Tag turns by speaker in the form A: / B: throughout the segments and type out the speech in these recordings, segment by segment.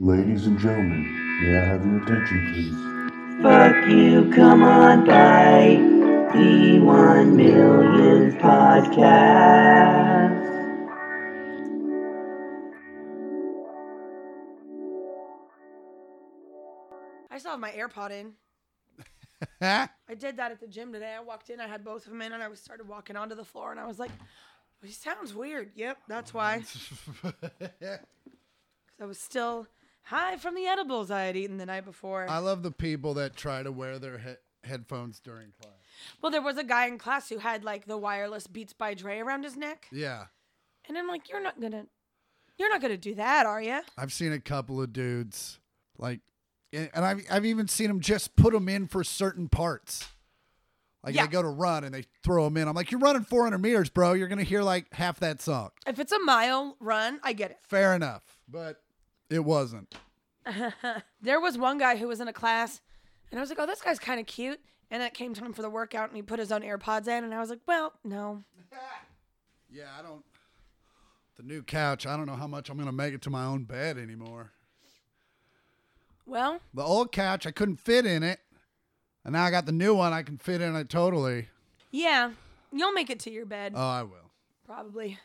A: Ladies and gentlemen, may I have your attention, please?
B: Fuck you, come on by the One Million Podcast.
C: I still have my AirPod in. I did that at the gym today. I walked in, I had both of them in, and I was started walking onto the floor, and I was like, "He sounds weird." Yep, that's why. 'Cause I was still high from the edibles I had eaten the night before.
D: I love the people that try to wear their he- headphones during class.
C: well, there was a guy in class who had like the wireless Beats by Dre around his neck,
D: Yeah.
C: and I'm like, "You're not gonna, you're not gonna do that, are you?"
D: I've seen a couple of dudes like and and I've I've even seen them just put them in for certain parts. Like
C: Yeah.
D: they go to run and they throw them in. I'm like, you're running 400 meters, bro. You're gonna hear like half that song.
C: If it's a mile run, I get it.
D: Fair enough, but it wasn't.
C: there was one guy who was in a class, and I was like, "Oh, this guy's kind of cute." And it came time for the workout, and he put his own AirPods in, and I was like, "Well, no."
D: Yeah, I don't. The new couch. I don't know how much I'm gonna make it to my own bed anymore.
C: Well,
D: The old couch, I couldn't fit in it, and now I got the new one. I can fit in it totally.
C: yeah, you'll make it to your bed
D: Oh, I will.
C: probably.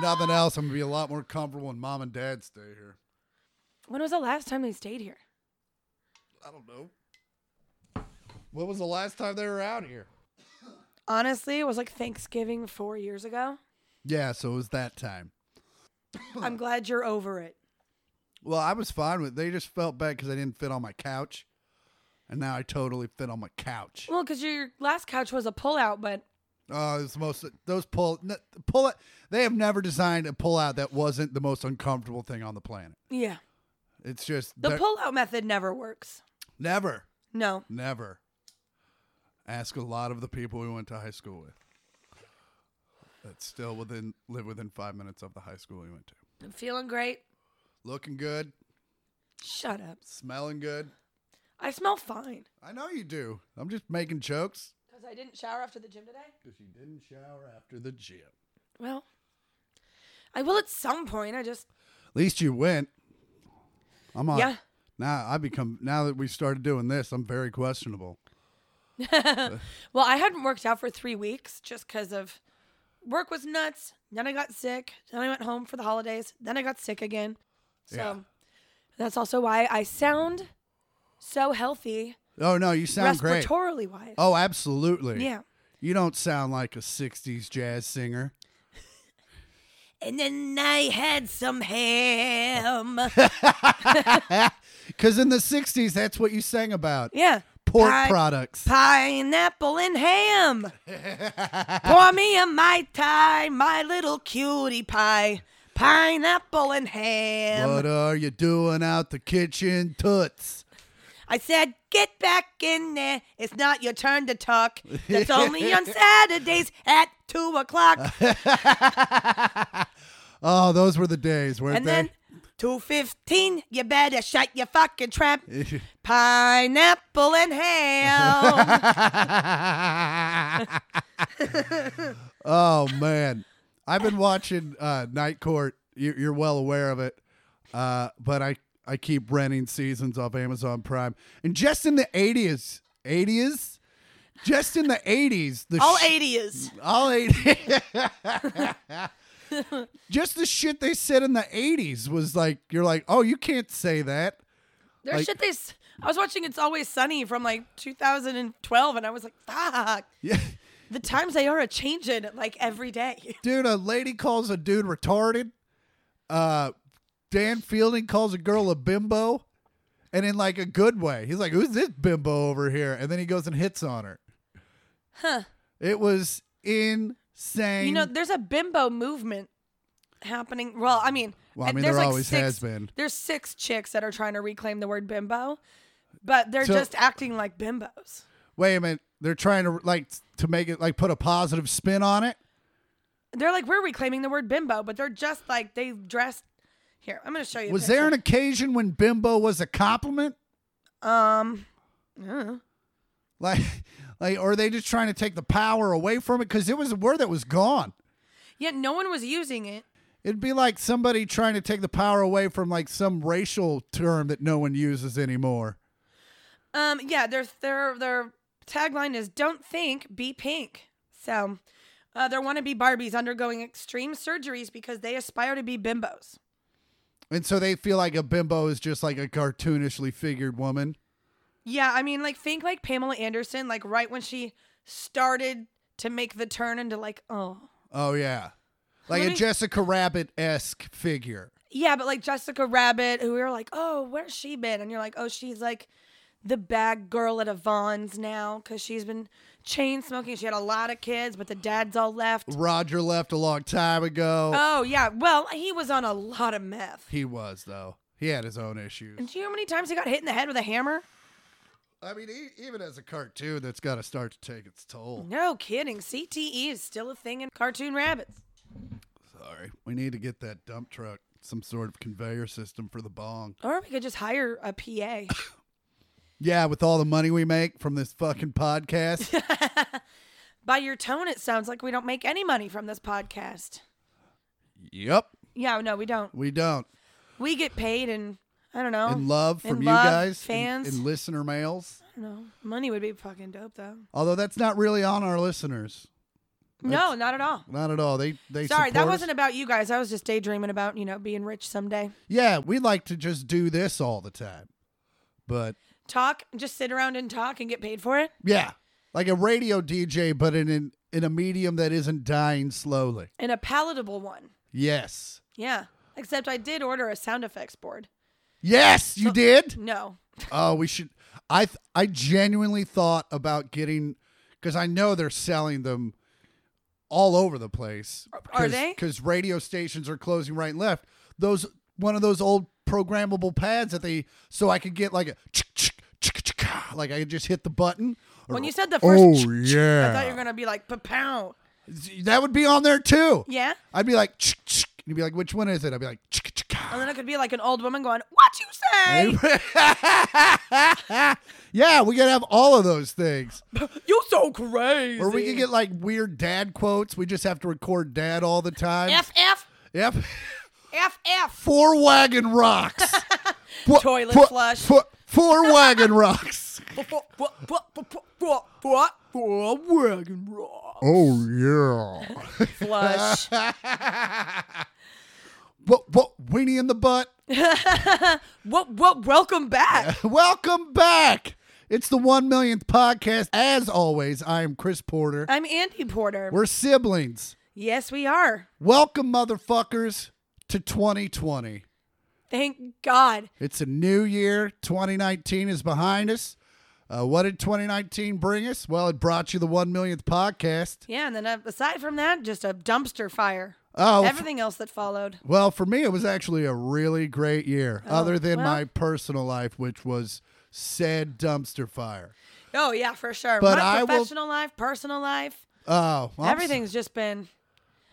D: Nothing else. I'm gonna be a lot more comfortable when mom and dad stay here.
C: When was the last time they stayed here?
D: I don't know. What was the last time they were out here?
C: Honestly, it was like Thanksgiving four years ago.
D: Yeah, so it was that time.
C: I'm glad you're over it.
D: Well, I was fine with. They just felt bad because I didn't fit on my couch, and now I totally fit on my couch.
C: Well, because your last couch was a pullout, but
D: Oh, it's the most those pull n- pull out. They have never designed a pull out that wasn't the most uncomfortable thing on the planet.
C: yeah,
D: It's just
C: the
D: they're-
C: pullout method never works.
D: never,
C: No,
D: never. Ask a lot of the people we went to high school with. That still within live within five minutes of the high school we went to.
C: I'm feeling great.
D: Looking good,
C: Shut up.
D: smelling good.
C: I smell fine.
D: I know you do. I'm just making jokes.
C: Because I didn't shower after the gym today?
D: Because you didn't shower after the gym.
C: Well, I will at some point. I just,
D: At least you went. I'm on.
C: yeah.
D: Now I become now that we started doing this, I'm very questionable.
C: Well, I hadn't worked out for three weeks just because of work was nuts. Then I got sick. Then I went home for the holidays. Then I got sick again. So
D: Yeah.
C: that's also why I sound so healthy
D: Oh no, you sound great.
C: respiratorily wise.
D: Oh, absolutely.
C: Yeah.
D: You don't sound like a '60s jazz singer.
C: And then I had some ham.
D: Because in the '60s, that's what you sang about.
C: yeah.
D: Pork
C: Pie-
D: products.
C: Pineapple and ham. Pour me a Mai Tai, my little cutie pie. Pineapple and ham.
D: What are you doing out the kitchen, toots?
C: I said, get back in there. It's not your turn to talk. That's only on Saturdays at 2 o'clock.
D: Oh, those were the days, weren't
C: And then 2.15, you better shut your fucking trap. Pineapple and ham.
D: oh man, I've been watching uh, Night Court. You, you're well aware of it, uh, but I I keep renting seasons off Amazon Prime. And just in the 80s, 80s, just in the 80s, the
C: All
D: sh-
C: 80s.
D: all eight. just the shit they said in the 80s was like you're like, oh, you can't say that.
C: There's
D: Like-
C: shit they... s- I was watching It's Always Sunny from like 2012, and I was like, fuck.
D: Yeah.
C: The times they are a-changing like every day.
D: dude, a lady calls a dude retarded. Uh, Dan Fielding calls a girl a bimbo, and in like a good way. He's like, "Who's this bimbo over here?" And then he goes and hits on her. Huh? It was insane.
C: You know, there's a bimbo movement happening. Well, I mean,
D: Well, I
C: and
D: mean,
C: there's
D: there
C: like
D: always
C: six,
D: has been.
C: There's six chicks that are trying to reclaim the word bimbo, but they're
D: So-
C: just acting like bimbos.
D: Wait a minute. They're trying to like to make it like put a positive spin on it.
C: They're like we're reclaiming the word bimbo, but they're just like they dressed. Here, I'm gonna show you.
D: Was there an occasion when bimbo was a compliment?
C: an um?
D: Like, like, or are they just trying to take the power away from it? Because it was a word that was gone.
C: Yeah, no one was using it.
D: It'd be like somebody trying to take the power away from like some racial term that no one uses anymore.
C: Um, yeah, their their their tagline is "Don't think, be pink." So, uh, they're wannabe Barbies undergoing extreme surgeries because they aspire to be bimbos.
D: And so they feel like a bimbo is just like a cartoonishly figured woman.
C: Yeah, I mean, like think like Pamela Anderson, like right when she started to make the turn into like, oh,
D: Oh yeah. Like
C: Let
D: a
C: me-
D: Jessica Rabbit esque figure.
C: yeah, but like Jessica Rabbit, who we were like, oh, where's she been? And you're like, oh, she's like the bag girl at Avon's now because she's been chain smoking. She had a lot of kids, but the dad's all left.
D: Roger left a long time ago.
C: Oh yeah, well, he was on a lot of meth.
D: he was though. He had his own issues.
C: And do you know how many times he got hit in the head with a hammer?
D: I mean, e- even as a cartoon, that's got to start to take its toll.
C: No kidding. CTE is still a thing in cartoon rabbits.
D: Sorry, we need to get that dump truck some sort of conveyor system for the bong.
C: Or we could just hire a PA.
D: Yeah, with all the money we make from this fucking podcast,
C: By your tone, it sounds like we don't make any money from this podcast.
D: yep,
C: Yeah, no, we don't.
D: we don't.
C: We get paid and I don't know.
D: And love from
C: and
D: you
C: love,
D: guys, and,
C: fans.
D: and listener mails.
C: I don't know. Money would be fucking dope though.
D: Although that's not really on our listeners,
C: no, not at all.
D: not at all. They they
C: Sorry, that
D: support us.
C: wasn't about you guys. I was just daydreaming about, you know, being rich someday.
D: Yeah, we like to just do this all the time, but
C: Talk, just sit around and talk and get paid for it.
D: yeah, like a radio DJ, but in in, in a medium that isn't dying slowly.
C: And a palatable one.
D: Yes,
C: Yeah. Except I did order a sound effects board.
D: yes, you did.
C: No.
D: Oh, we should. I th- I genuinely thought about getting because I know they're selling them all over the place.
C: Are they?
D: Because radio stations are closing right and left. Those one of those old programmable pads that they so I could get like a ah, like I could just hit the button. or-
C: When you said the first
D: Oh,
C: ch- ch- I thought you
D: yeah.
C: were gonna be like pa-pow.
D: that would be on there too.
C: Yeah?
D: I'd be like, and you'd be like, which one is it? I'd be like, ah."
C: And then it could be like an old woman going, What you say?
D: yeah, we gotta have all of those things.
C: You so crazy.
D: Or we could get like weird dad quotes. We just have to record dad all the time.
C: F F
D: Yep.
C: F F.
D: Four wagon rocks. Fo-
C: Toilet flush.
D: fo- four wagon rocks.
C: Four wagon rock.
D: Oh yeah.
C: Flush.
D: What what weenie in the butt?
C: What what welcome back.
D: Welcome back. It's the one millionth podcast. As always, I am Chris Porter.
C: I'm Andy Porter.
D: We're siblings.
C: yes, we are.
D: Welcome, motherfuckers, to 2020.
C: Thank God.
D: It's a new year. 2019 is behind us. Uh, what did 2019 bring us? Well, it brought you the one millionth podcast.
C: Yeah, and then uh, aside from that, just a dumpster fire.
D: Oh, f-
C: Everything else that followed.
D: well, for me, it was actually a really great year, other than
C: Oh, well.
D: my personal life, which was said dumpster fire.
C: Oh yeah, for sure.
D: But I
C: My
D: will-
C: professional life, personal life,
D: Oh, I'm s-
C: everything's just been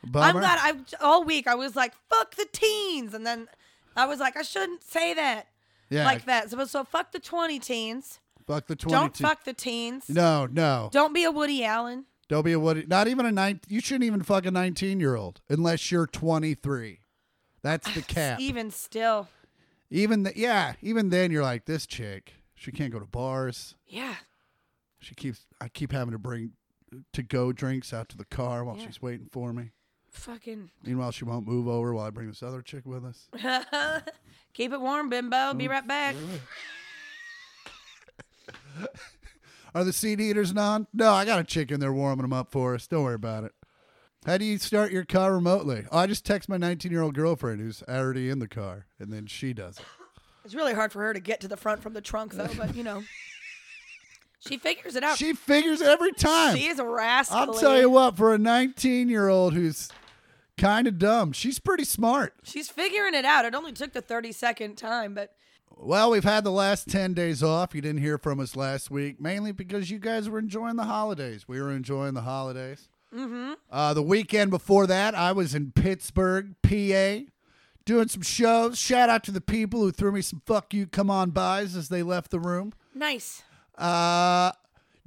D: Bummer.
C: I'm glad I all week I was like, fuck the teens. And then I was like, I shouldn't say that
D: yeah,
C: like that. So, so fuck the 20 teens.
D: Fuck the 20
C: Don't fuck the teens.
D: No, no.
C: Don't be a Woody Allen.
D: Don't be a what? Not even a nine. You shouldn't even fuck a nineteen-year-old unless you're twenty-three. That's the cap. even
C: Even still.
D: the, yeah, even then you're like this chick. She can't go to bars.
C: Yeah.
D: She keeps. I keep having to bring to go drinks out to the car while
C: Yeah.
D: she's waiting for me.
C: Fucking.
D: Meanwhile, she won't move over while I bring this other chick with us.
C: Keep it warm, bimbo.
D: Mm.
C: Be right back.
D: Are the seed heaters on? No, I got a chick in there warming them up for us. Don't worry about it. How do you start your car remotely? Oh, I just text my 19 year old girlfriend who's already in the car, and then she does it.
C: It's really hard for her to get to the front from the trunk, though, but you know. She figures it out.
D: She figures every time.
C: She is a rascal.
D: I'll tell you what, for a 19 year old who's kind of dumb, she's pretty smart.
C: She's figuring it out. It only took the 30 second time, but
D: Well, we've had the last 10 days off. You didn't hear from us last week, mainly because you guys were enjoying the holidays. We were enjoying the holidays. Mm-hmm. Uh, the weekend before that, I was in Pittsburgh, PA, doing some shows. Shout out to the people who threw me some fuck you come on bys as they left the room.
C: nice.
D: Uh,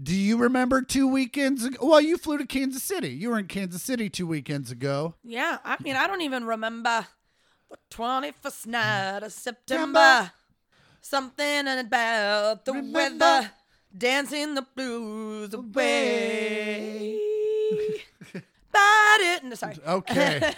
D: Do you remember two weekends ago? Well, you flew to Kansas City. You were in Kansas City two weekends ago.
C: Yeah, I mean, I don't even remember the 21st night of September.
D: September.
C: Something about the
D: Remember.
C: weather dancing the blues away. But it, no, sorry.
D: Oh. Okay.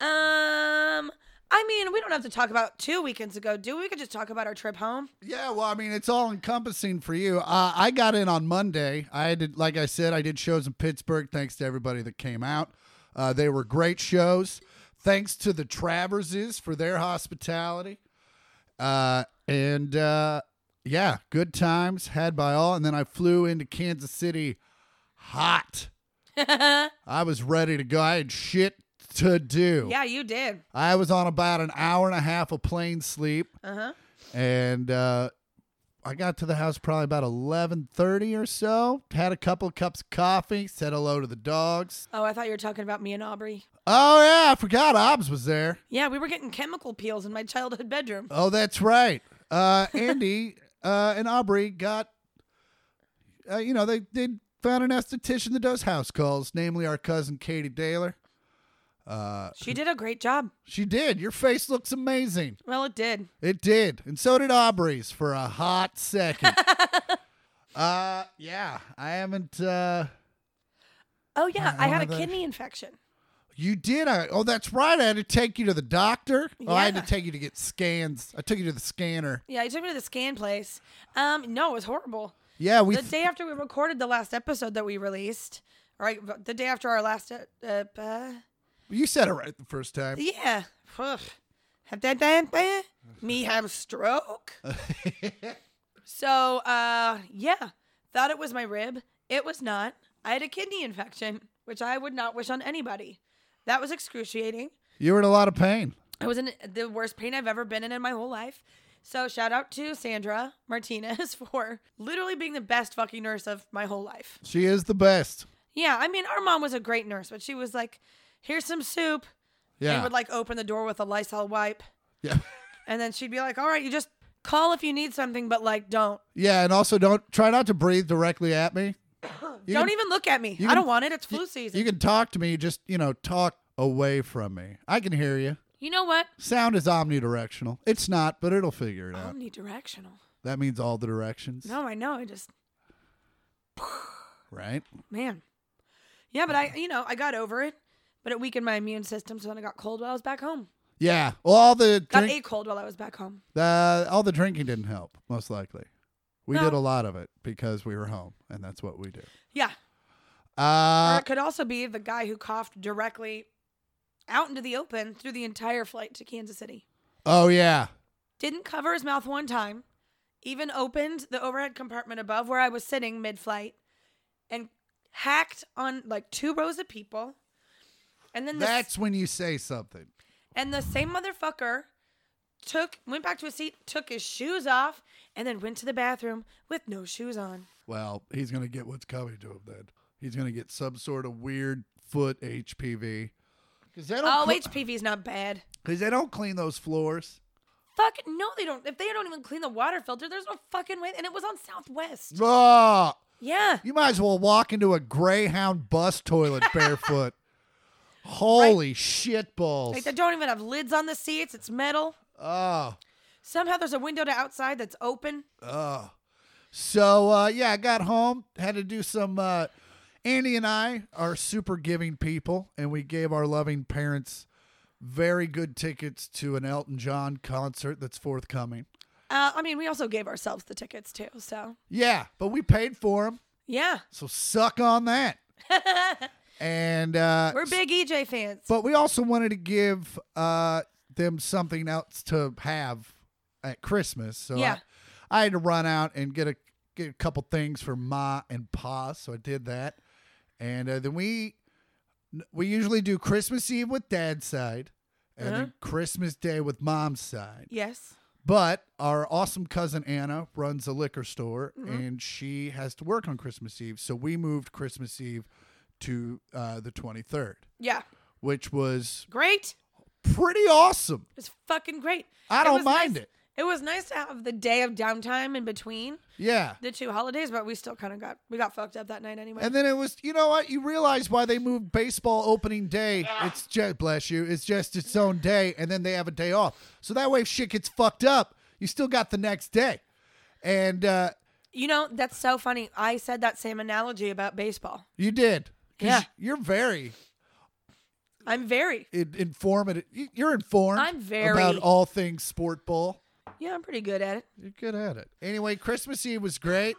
C: um, I mean, we don't have to talk about two weekends ago, do we? We could just talk about our trip home.
D: Yeah, well, I mean, it's all encompassing for you. Uh, I got in on Monday. I did, like I said, I did shows in Pittsburgh. Thanks to everybody that came out. Uh, they were great shows. Thanks to the Traverses for their hospitality. Uh, and uh, yeah, good times had by all. And then I flew into Kansas City hot. I was ready to go. I had shit to do.
C: Yeah, you did.
D: I was on about an hour and a half of plane sleep
C: Uh huh.
D: and uh, I got to the house probably about eleven thirty or so. Had a couple cups of coffee. Said hello to the dogs.
C: Oh, I thought you were talking about me and Aubrey.
D: Oh yeah, I forgot Obs was there.
C: Yeah, we were getting chemical peels in my childhood bedroom.
D: Oh, that's right. Uh, Andy uh, and Aubrey got, uh, you know, they they found an esthetician that does house calls, namely our cousin Katie Daler. Uh,
C: She did a great job.
D: she did. Your face looks amazing.
C: Well, it did.
D: It did. And so did Aubrey's for a hot second. uh yeah, I haven't uh
C: Oh yeah,
D: I
C: I, had a
D: don't have a-
C: kidney infection.
D: you did. I, oh, that's right. I had to take you to the doctor. Oh, I had to
C: Yeah.
D: take you to get scans. I took you to the scanner.
C: Yeah, he took me to the scan place. Um, no, it was horrible.
D: Yeah, we
C: the day after we recorded the last episode that we released, all right, but the day after our last, e- uh, uh,
D: you said it right the first time.
C: yeah, Ugh. Had that damn thing. me have stroke. so, uh, yeah, thought it was my rib. It was not. I had a kidney infection, which I would not wish on anybody. That was excruciating.
D: You were in a lot of pain.
C: I was in the worst pain I've ever been in in my whole life. So shout out to Sandra Martinez for literally being the best fucking nurse of my whole life.
D: She is the best.
C: Yeah, I mean our mom was a great nurse, but she was like, "Here's some soup," and
D: Yeah.
C: would like open the door with a Lysol wipe,
D: yeah.
C: and then she'd be like, "All right, you just call if you need something, but like don't,
D: Yeah, and also don't try not to breathe directly at me. You
C: don't
D: can-
C: even look at me.
D: you
C: I
D: can-
C: don't want it. It's flu season."
D: You
C: You,
D: can talk to me, just, you know, talk away from me. I can hear you.
C: know what?
D: Sound is omnidirectional. It's not, but it'll figure it out.
C: Omnidirectional.
D: That means all the directions.
C: No, I know. I just
D: Right?
C: man. Yeah, but I, you know, I got over it, but it weakened my immune system. So then I got cold while I was back home.
D: Yeah. Well, all the
C: Got
D: drink,
C: a cold while I was back home.
D: the all the drinking didn't help, most likely. We
C: No.
D: did a lot of it because we were home, and that's what we do.
C: Yeah. or
D: Uh,
C: it could also be the guy who coughed directly out into the open through the entire flight to Kansas City.
D: oh yeah,
C: Didn't cover his mouth one time, even opened the overhead compartment above where I was sitting mid flight and hacked on like two rows of people. And then the,
D: that's when you say something.
C: and the same motherfucker took went back to his seat, took his shoes off, and then went to the bathroom with no shoes on.
D: Well, he's gonna get what's coming to him then. He's gonna get some sort of weird foot HPV because they don't
C: Oh,
D: cle-
C: HPV is not bad.
D: 'cause they don't clean those floors.
C: Fuck no, they don't. If they don't even clean the water filter, there's no fucking way. And it was on Southwest.
D: Ah,
C: Yeah,
D: you might as well walk into a Greyhound bus toilet barefoot. Holy shit balls!
C: like they don't even have lids on the seats. It's metal.
D: oh.
C: Somehow there's a window to outside that's open.
D: Oh. So uh, yeah, I got home, had to do some uh, Andy and I are super giving people and we gave our loving parents very good tickets to an Elton John concert that's forthcoming.
C: Uh, I mean, we also gave ourselves the tickets too. So
D: Yeah, but we paid for them,
C: yeah,
D: so suck on that. and uh,
C: we're big EJ fans.
D: but we also wanted to give uh, them something else to have at Christmas. So
C: Yeah.
D: I, I had to run out and get a get a couple things for Ma and Pa. So I did that, and uh, then we we usually do Christmas Eve with Dad's side, and then Christmas Day with Mom's side.
C: Yes.
D: But our awesome cousin Anna runs a liquor store and she has to work on Christmas Eve. So we moved Christmas Eve to uh, the 23rd,
C: Yeah.
D: which was
C: Great.
D: pretty awesome.
C: It's fucking great.
D: I
C: It
D: don't
C: was
D: mind
C: nice-
D: it.
C: It was nice to have the day of downtime in between
D: Yeah.
C: the two holidays, but we still kind of got we got fucked up that night anyway.
D: And then it was, you know what? You realize why they moved baseball opening day.
C: Ah.
D: It's just, bless you, it's just its own day. And then they have a day off. So that way, if shit gets fucked up, you still got the next day. And uh,
C: you know, that's so funny. I said that same analogy about baseball.
D: you did. 'Cause
C: Yeah.
D: You're very
C: I'm very
D: in- informative. you- You're informed
C: I'm very-
D: about all things sport ball.
C: yeah, I'm pretty good at it.
D: You're good at it. Anyway, Christmas Eve was great.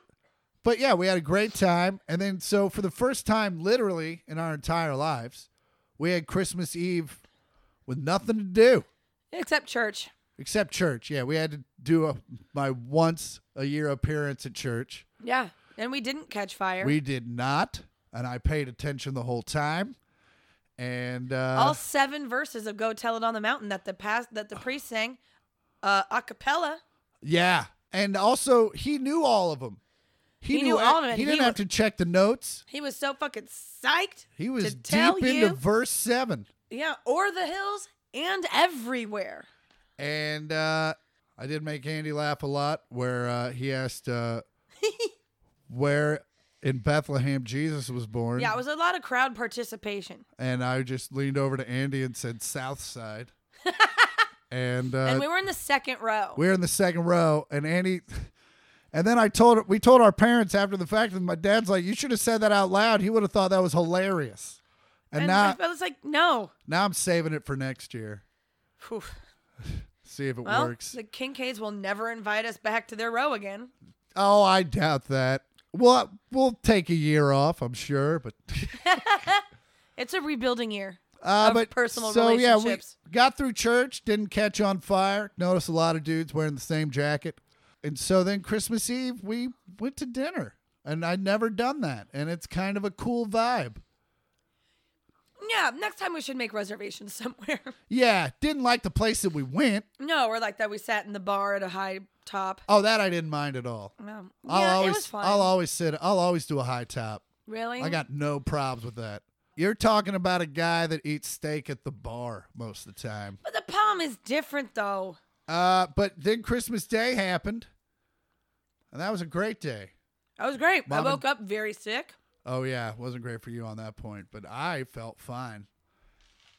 D: But yeah, we had a great time. And then, so for the first time, literally in our entire lives, we had Christmas Eve with nothing to do
C: Except church.
D: except church. Yeah, we had to do a, my once a year appearance at church.
C: Yeah. And we didn't catch fire.
D: We did not. And I paid attention the whole time. And uh,
C: All seven verses of Go Tell It on the Mountain that the past that the priest sang uh a cappella.
D: yeah. And also, he knew all of them.
C: He knew all of it.
D: He
C: He
D: didn't have
C: was-
D: to check the notes.
C: He was so fucking psyched.
D: He
C: to
D: was deep
C: tell you,
D: into verse seven,
C: Yeah, or the hills and everywhere.
D: and uh, I did make Andy laugh a lot. Where uh, he asked uh, where in Bethlehem Jesus was born.
C: Yeah, it was a lot of crowd participation.
D: and I just leaned over to Andy and said South Side, and, uh,
C: and we were in the second row.
D: we were in the second row, and Andy. And then I told we told our parents after the fact, and my dad's like, "You should have said that out loud. He would have thought that was hilarious." And,
C: and I
D: now,
C: felt it's like, no.
D: now I'm saving it for next year.
C: Whew.
D: See if it
C: Well,
D: works.
C: the Kincaids will never invite us back to their row again.
D: Oh, I doubt that. Well, we'll take a year off, I'm sure, but
C: It's a rebuilding year.
D: uh,
C: Of
D: but
C: personal
D: so
C: relationships.
D: yeah, we got through church, didn't catch on fire. Notice a lot of dudes wearing the same jacket, and so then Christmas Eve we went to dinner, and I'd never done that, and it's kind of a cool vibe.
C: Yeah, next time we should make reservations somewhere.
D: Yeah, didn't like the place that we went.
C: no, or like that we sat in the bar at a high top.
D: Oh, that I didn't mind at all.
C: No.
D: I'll
C: yeah,
D: always,
C: it was fun.
D: I'll always sit. I'll always do a high top.
C: really?
D: I got no problems with that. You're talking about a guy that eats steak at the bar most of the time.
C: but the palm is different though.
D: Uh, but then Christmas Day happened, and that was a great day.
C: That was great.
D: Mom
C: I
D: and-
C: woke up very sick.
D: Oh yeah, it wasn't great for you on that point, but I felt fine.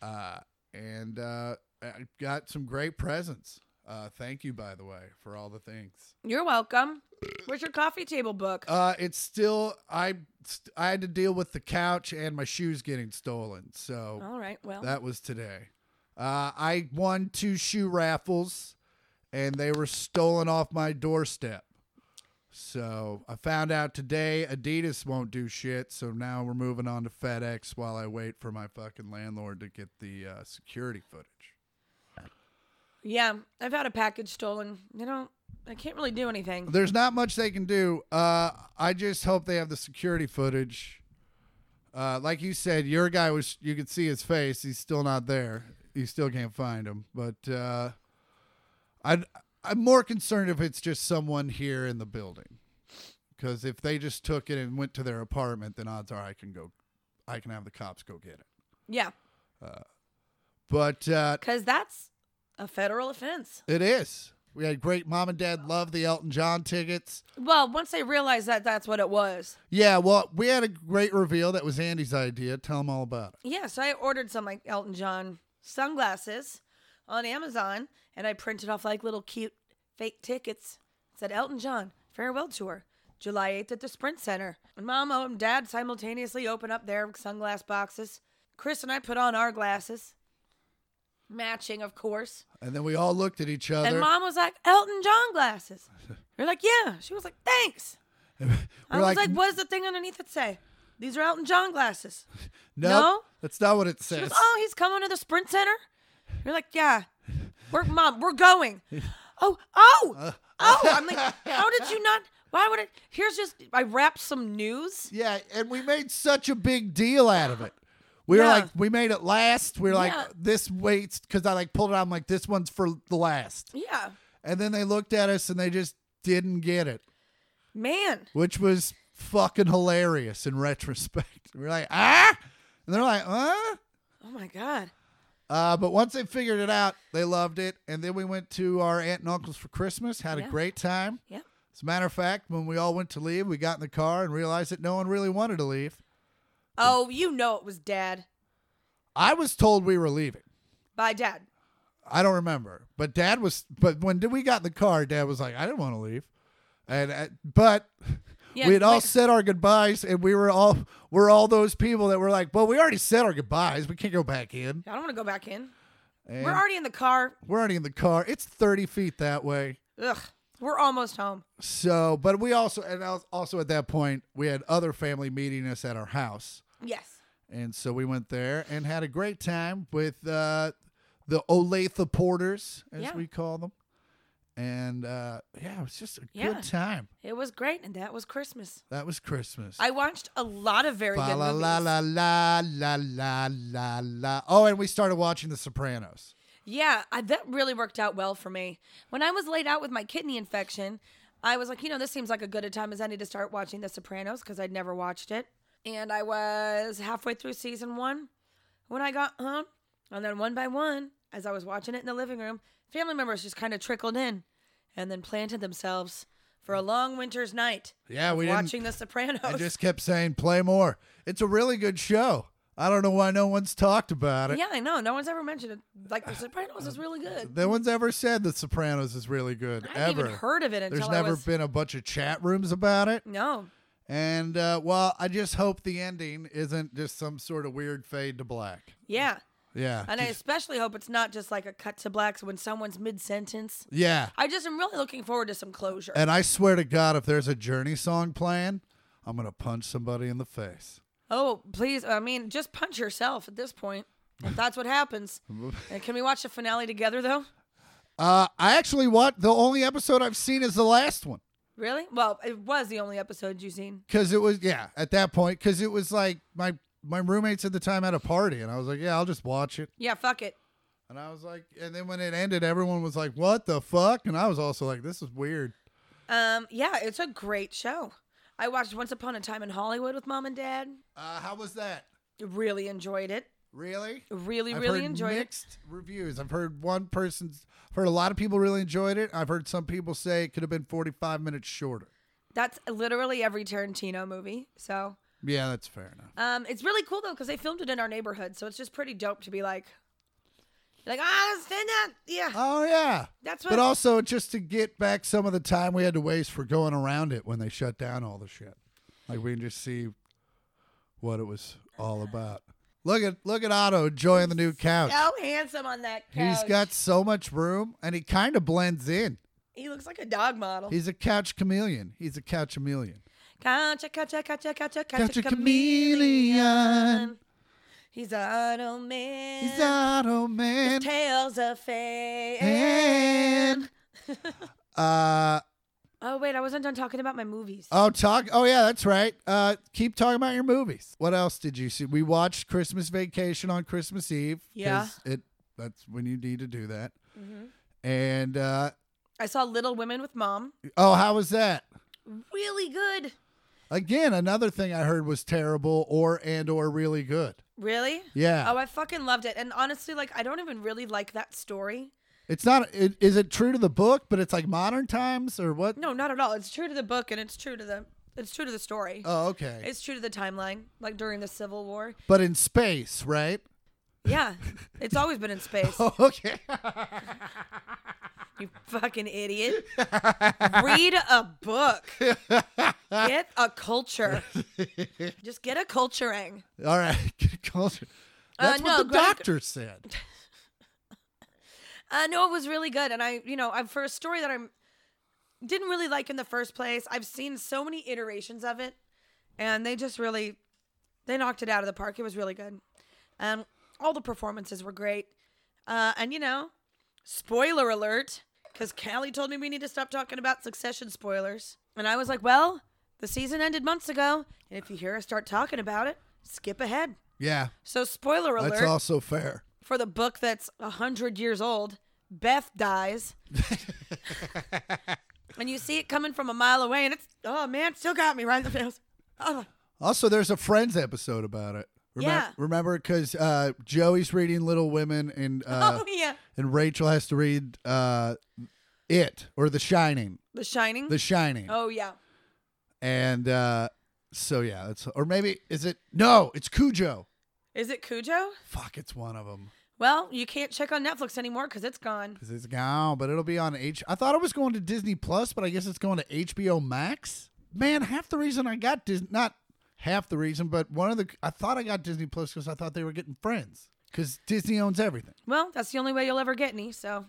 D: Uh, and uh, I got some great presents. Uh, thank you, by the way, for all the things.
C: You're welcome. Where's your coffee table book?
D: Uh, it's still I st- I had to deal with the couch and my shoes getting stolen, so
C: All right. Well,
D: that was today. Uh, I won two shoe raffles, and they were stolen off my doorstep. So I found out today Adidas won't do shit. So now we're moving on to FedEx while I wait for my fucking landlord to get the uh, security footage.
C: yeah, I've had a package stolen. You know, I can't really do anything.
D: There's not much they can do. Uh, I just hope they have the security footage. Uh, like you said, your guy was you could see his face. He's still not there. You still can't find him. But uh, I I'm more concerned if it's just someone here in the building. Because if they just took it and went to their apartment, then odds are I can go, I can have the cops go get it.
C: Yeah,
D: But uh,
C: because that's a federal offense.
D: it is. We had great mom and dad love the Elton John tickets.
C: Well, once they realized that that's what it was.
D: Yeah, well, we had a great reveal that was Andy's idea. Tell them all about it.
C: Yeah, so I ordered some like Elton John sunglasses on Amazon and I printed off like little cute fake tickets. It said Elton John farewell tour, July 8th at the Sprint Center. And mom and dad simultaneously open up their sunglass boxes. Chris and I put on our glasses, matching, of course.
D: And then we all looked at each other.
C: And mom was like, Elton John glasses. We're like, yeah. She was like, thanks. I
D: We're
C: was
D: like, "Mm."
C: like, what does the thing underneath it say? These are Elton John glasses.
D: nope,
C: no?
D: that's not what it
C: She
D: says.
C: goes, "Oh, he's coming to the Sprint Center." You're like, "Yeah, we're mom, we're going." Oh, oh, oh! I'm like, how did you not? Why would it? Here's just I wrapped some news.
D: Yeah, and we made such a big deal out of it. We were
C: Yeah.
D: like, we made it last. We were
C: Yeah.
D: like, this waits because I like pulled it out. I'm like, this one's for the last.
C: Yeah,
D: And then they looked at us and they just didn't get it,
C: man,
D: which was fucking hilarious in retrospect. We are like, ah, and they're like, huh?
C: oh my god,
D: Uh, but once they figured it out, they loved it. And then we went to our aunt and uncle's for Christmas, had
C: Yeah.
D: a great time.
C: Yeah.
D: As a matter of fact, when we all went to leave, we got in the car and realized that no one really wanted to leave.
C: Oh, you know it was dad.
D: I was told we were leaving.
C: By dad.
D: I don't remember. But dad was, but when did we got in the car, dad was like, I didn't want to leave. And, uh, but
C: Yeah,
D: we had all
C: wait.
D: said our goodbyes and we were all, we're all those people that were like, well, we already said our goodbyes. We can't go back in.
C: I don't want to go back in.
D: And
C: We're already in the car.
D: we're already in the car. It's 30 feet that way.
C: Ugh. We're almost home.
D: So, but we also, and al- also at that point, we had other family meeting us at our house.
C: Yes.
D: And so we went there and had a great time with uh, the Olathe Porters, as
C: Yeah.
D: we call them. And uh, yeah, it was just a
C: Yeah.
D: good time.
C: It was great, and that was Christmas.
D: That was Christmas.
C: I watched a lot of very
D: Ba
C: good
D: la
C: movies.
D: la la la la la la la. Oh, and we started watching The Sopranos.
C: Yeah, I, that really worked out well for me. When I was laid out with my kidney infection, I was like, you know, this seems like a good a time as any to start watching The Sopranos because I'd never watched it. And I was halfway through season one when I got home. And then one by one, as I was watching it in the living room, family members just kind of trickled in and then planted themselves for a long winter's night
D: Yeah, we didn't.
C: watching The Sopranos.
D: I just kept saying, play more. It's a really good show. I don't know why no one's talked about it.
C: yeah, I know. No one's ever mentioned it. Like, The Sopranos is really good.
D: No one's ever said The Sopranos is really good.
C: I
D: ever.
C: haven't even heard of it until
D: There's
C: I
D: never
C: was.
D: been a bunch of chat rooms about it.
C: no,
D: And uh, well, I just hope the ending isn't just some sort of weird fade to black.
C: yeah.
D: Yeah.
C: And I
D: just-
C: especially hope it's not just like a cut to blacks when someone's mid sentence.
D: yeah.
C: I just am really looking forward to some closure.
D: And I swear to God, if there's a Journey song playing, I'm gonna punch somebody in the face.
C: oh, please. I mean, just punch yourself at this point. If that's what happens. and can we watch the finale together, though?
D: Uh, I actually watched the only episode I've seen is the last one
C: Really? Well, it was the only episode you've seen.
D: because it was yeah at that point because it was like my my roommates at the time had a party and I was like yeah I'll just watch it
C: Yeah, fuck it.
D: and I was like and then when it ended everyone was like what the fuck and I was also like this is weird
C: Um, yeah, it's a great show. I watched Once Upon a Time in Hollywood with mom and dad.
D: uh, how was that
C: Really enjoyed it.
D: really
C: Really,
D: I've
C: really
D: heard
C: enjoyed it.
D: mixed reviews. I've heard one person's I've heard a lot of people really enjoyed it. I've heard some people say it could have been 45 minutes shorter.
C: That's literally every Tarantino movie. So
D: Yeah, that's fair enough.
C: Um, it's really cool though because they filmed it in our neighborhood, so it's just pretty dope to be like, like ah, let's film that. Yeah,
D: Oh yeah.
C: that's what.
D: But also just to get back some of the time we had to waste for going around it when they shut down all the shit. Like we can just see what it was all about. Look at look at Otto enjoying the new couch.
C: so handsome on that couch.
D: He's got so much room and he kind of blends in.
C: He looks like a dog model.
D: He's a couch chameleon. He's a couch chameleon.
C: Couch, couch, couch, couch, couch, couch,
D: Couch
C: a
D: a
C: chameleon.
D: chameleon.
C: He's an old man.
D: He's Otto man.
C: His tail's a fan.
D: And uh
C: Oh wait, I wasn't done talking about my movies.
D: oh talk oh yeah that's right uh keep talking about your movies what else did you see we watched christmas vacation on christmas eve 'cause
C: Yeah.
D: it that's when you need to do that
C: Mm-hmm.
D: and uh
C: I saw Little Women with Mom.
D: oh how was that
C: Really good.
D: again another thing i heard was terrible or and or really good
C: Really?
D: yeah
C: Oh, I fucking loved it. And honestly, like I don't even really like that story.
D: it's not it, is it true to the book but it's like modern times or what
C: No, not at all. It's true to the book and it's true to the it's true to the story.
D: oh okay
C: It's true to the timeline, like during the Civil War.
D: but in space right
C: Yeah. it's always been in space.
D: oh, okay
C: You fucking idiot. Read a book. Get a culture. Just get a culturing.
D: all right culture
C: Uh,
D: that's
C: no,
D: what the
C: Greg-
D: doctor said
C: Uh, no, it was really good, and I, you know, I, for a story that I am didn't really like in the first place, I've seen so many iterations of it, and they just really, they knocked it out of the park. It was really good. Um, all the performances were great, uh, and you know, spoiler alert, because Callie told me we need to stop talking about Succession spoilers, and I was like, well, the season ended months ago, and if you hear us start talking about it, skip ahead.
D: yeah
C: So spoiler alert
D: That's also fair.
C: for the book that's a 100 years old, Beth dies. and you see it coming from a mile away, and it's, oh man, still got me right in the face. Oh,
D: Also, there's a Friends episode about it. Remem-
C: Yeah.
D: Remember, because uh, Joey's reading Little Women and uh,
C: oh yeah,
D: and Rachel has to read uh, it or The Shining.
C: The Shining.
D: The Shining.
C: Mm-hmm. oh yeah.
D: And uh, so yeah, it's or maybe is it no? It's Cujo.
C: Is it Cujo?
D: Fuck, it's one of them
C: Well, you can't check on Netflix anymore because it's gone.
D: because it's gone. But it'll be on H. I thought it was going to Disney Plus, but I guess it's going to HBO Max. Man, half the reason I got Disney not half the reason, but one of the I thought I got Disney Plus because I thought they were getting Friends because Disney owns everything.
C: Well, that's the only way you'll ever get any. So,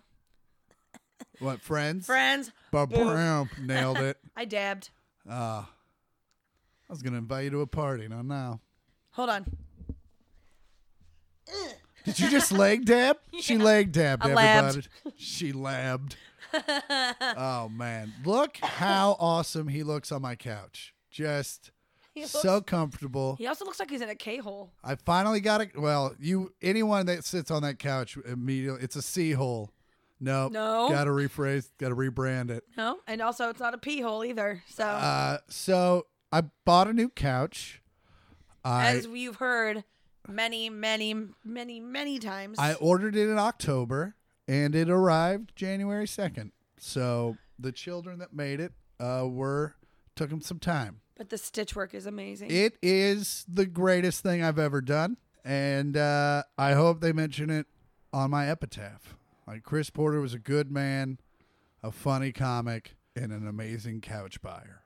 D: What Friends?
C: friends,
D: Ba-bam, nailed it.
C: I dabbed.
D: Uh, I was gonna invite you to a party, not now.
C: Hold on.
D: Did you just leg dab? She leg dabbed
C: I
D: everybody.
C: labbed.
D: She labbed. oh man, look how awesome he looks on my couch. Just so comfortable.
C: He also looks like he's in a K hole.
D: I finally got it. Well, you anyone that sits on that couch immediately, it's a sea hole. No,
C: No.
D: Got to rephrase. Got to rebrand it.
C: No, and also it's not a pee hole either. So,
D: Uh, so I bought a new couch. I
C: as you've heard many, many, many, many times.
D: I ordered it in October and it arrived January 2nd. So the children that made it uh, were took them some time.
C: but the stitch work is amazing.
D: It is the greatest thing I've ever done and uh, I hope they mention it on my epitaph. Like Chris Porter was a good man, a funny comic and an amazing couch buyer.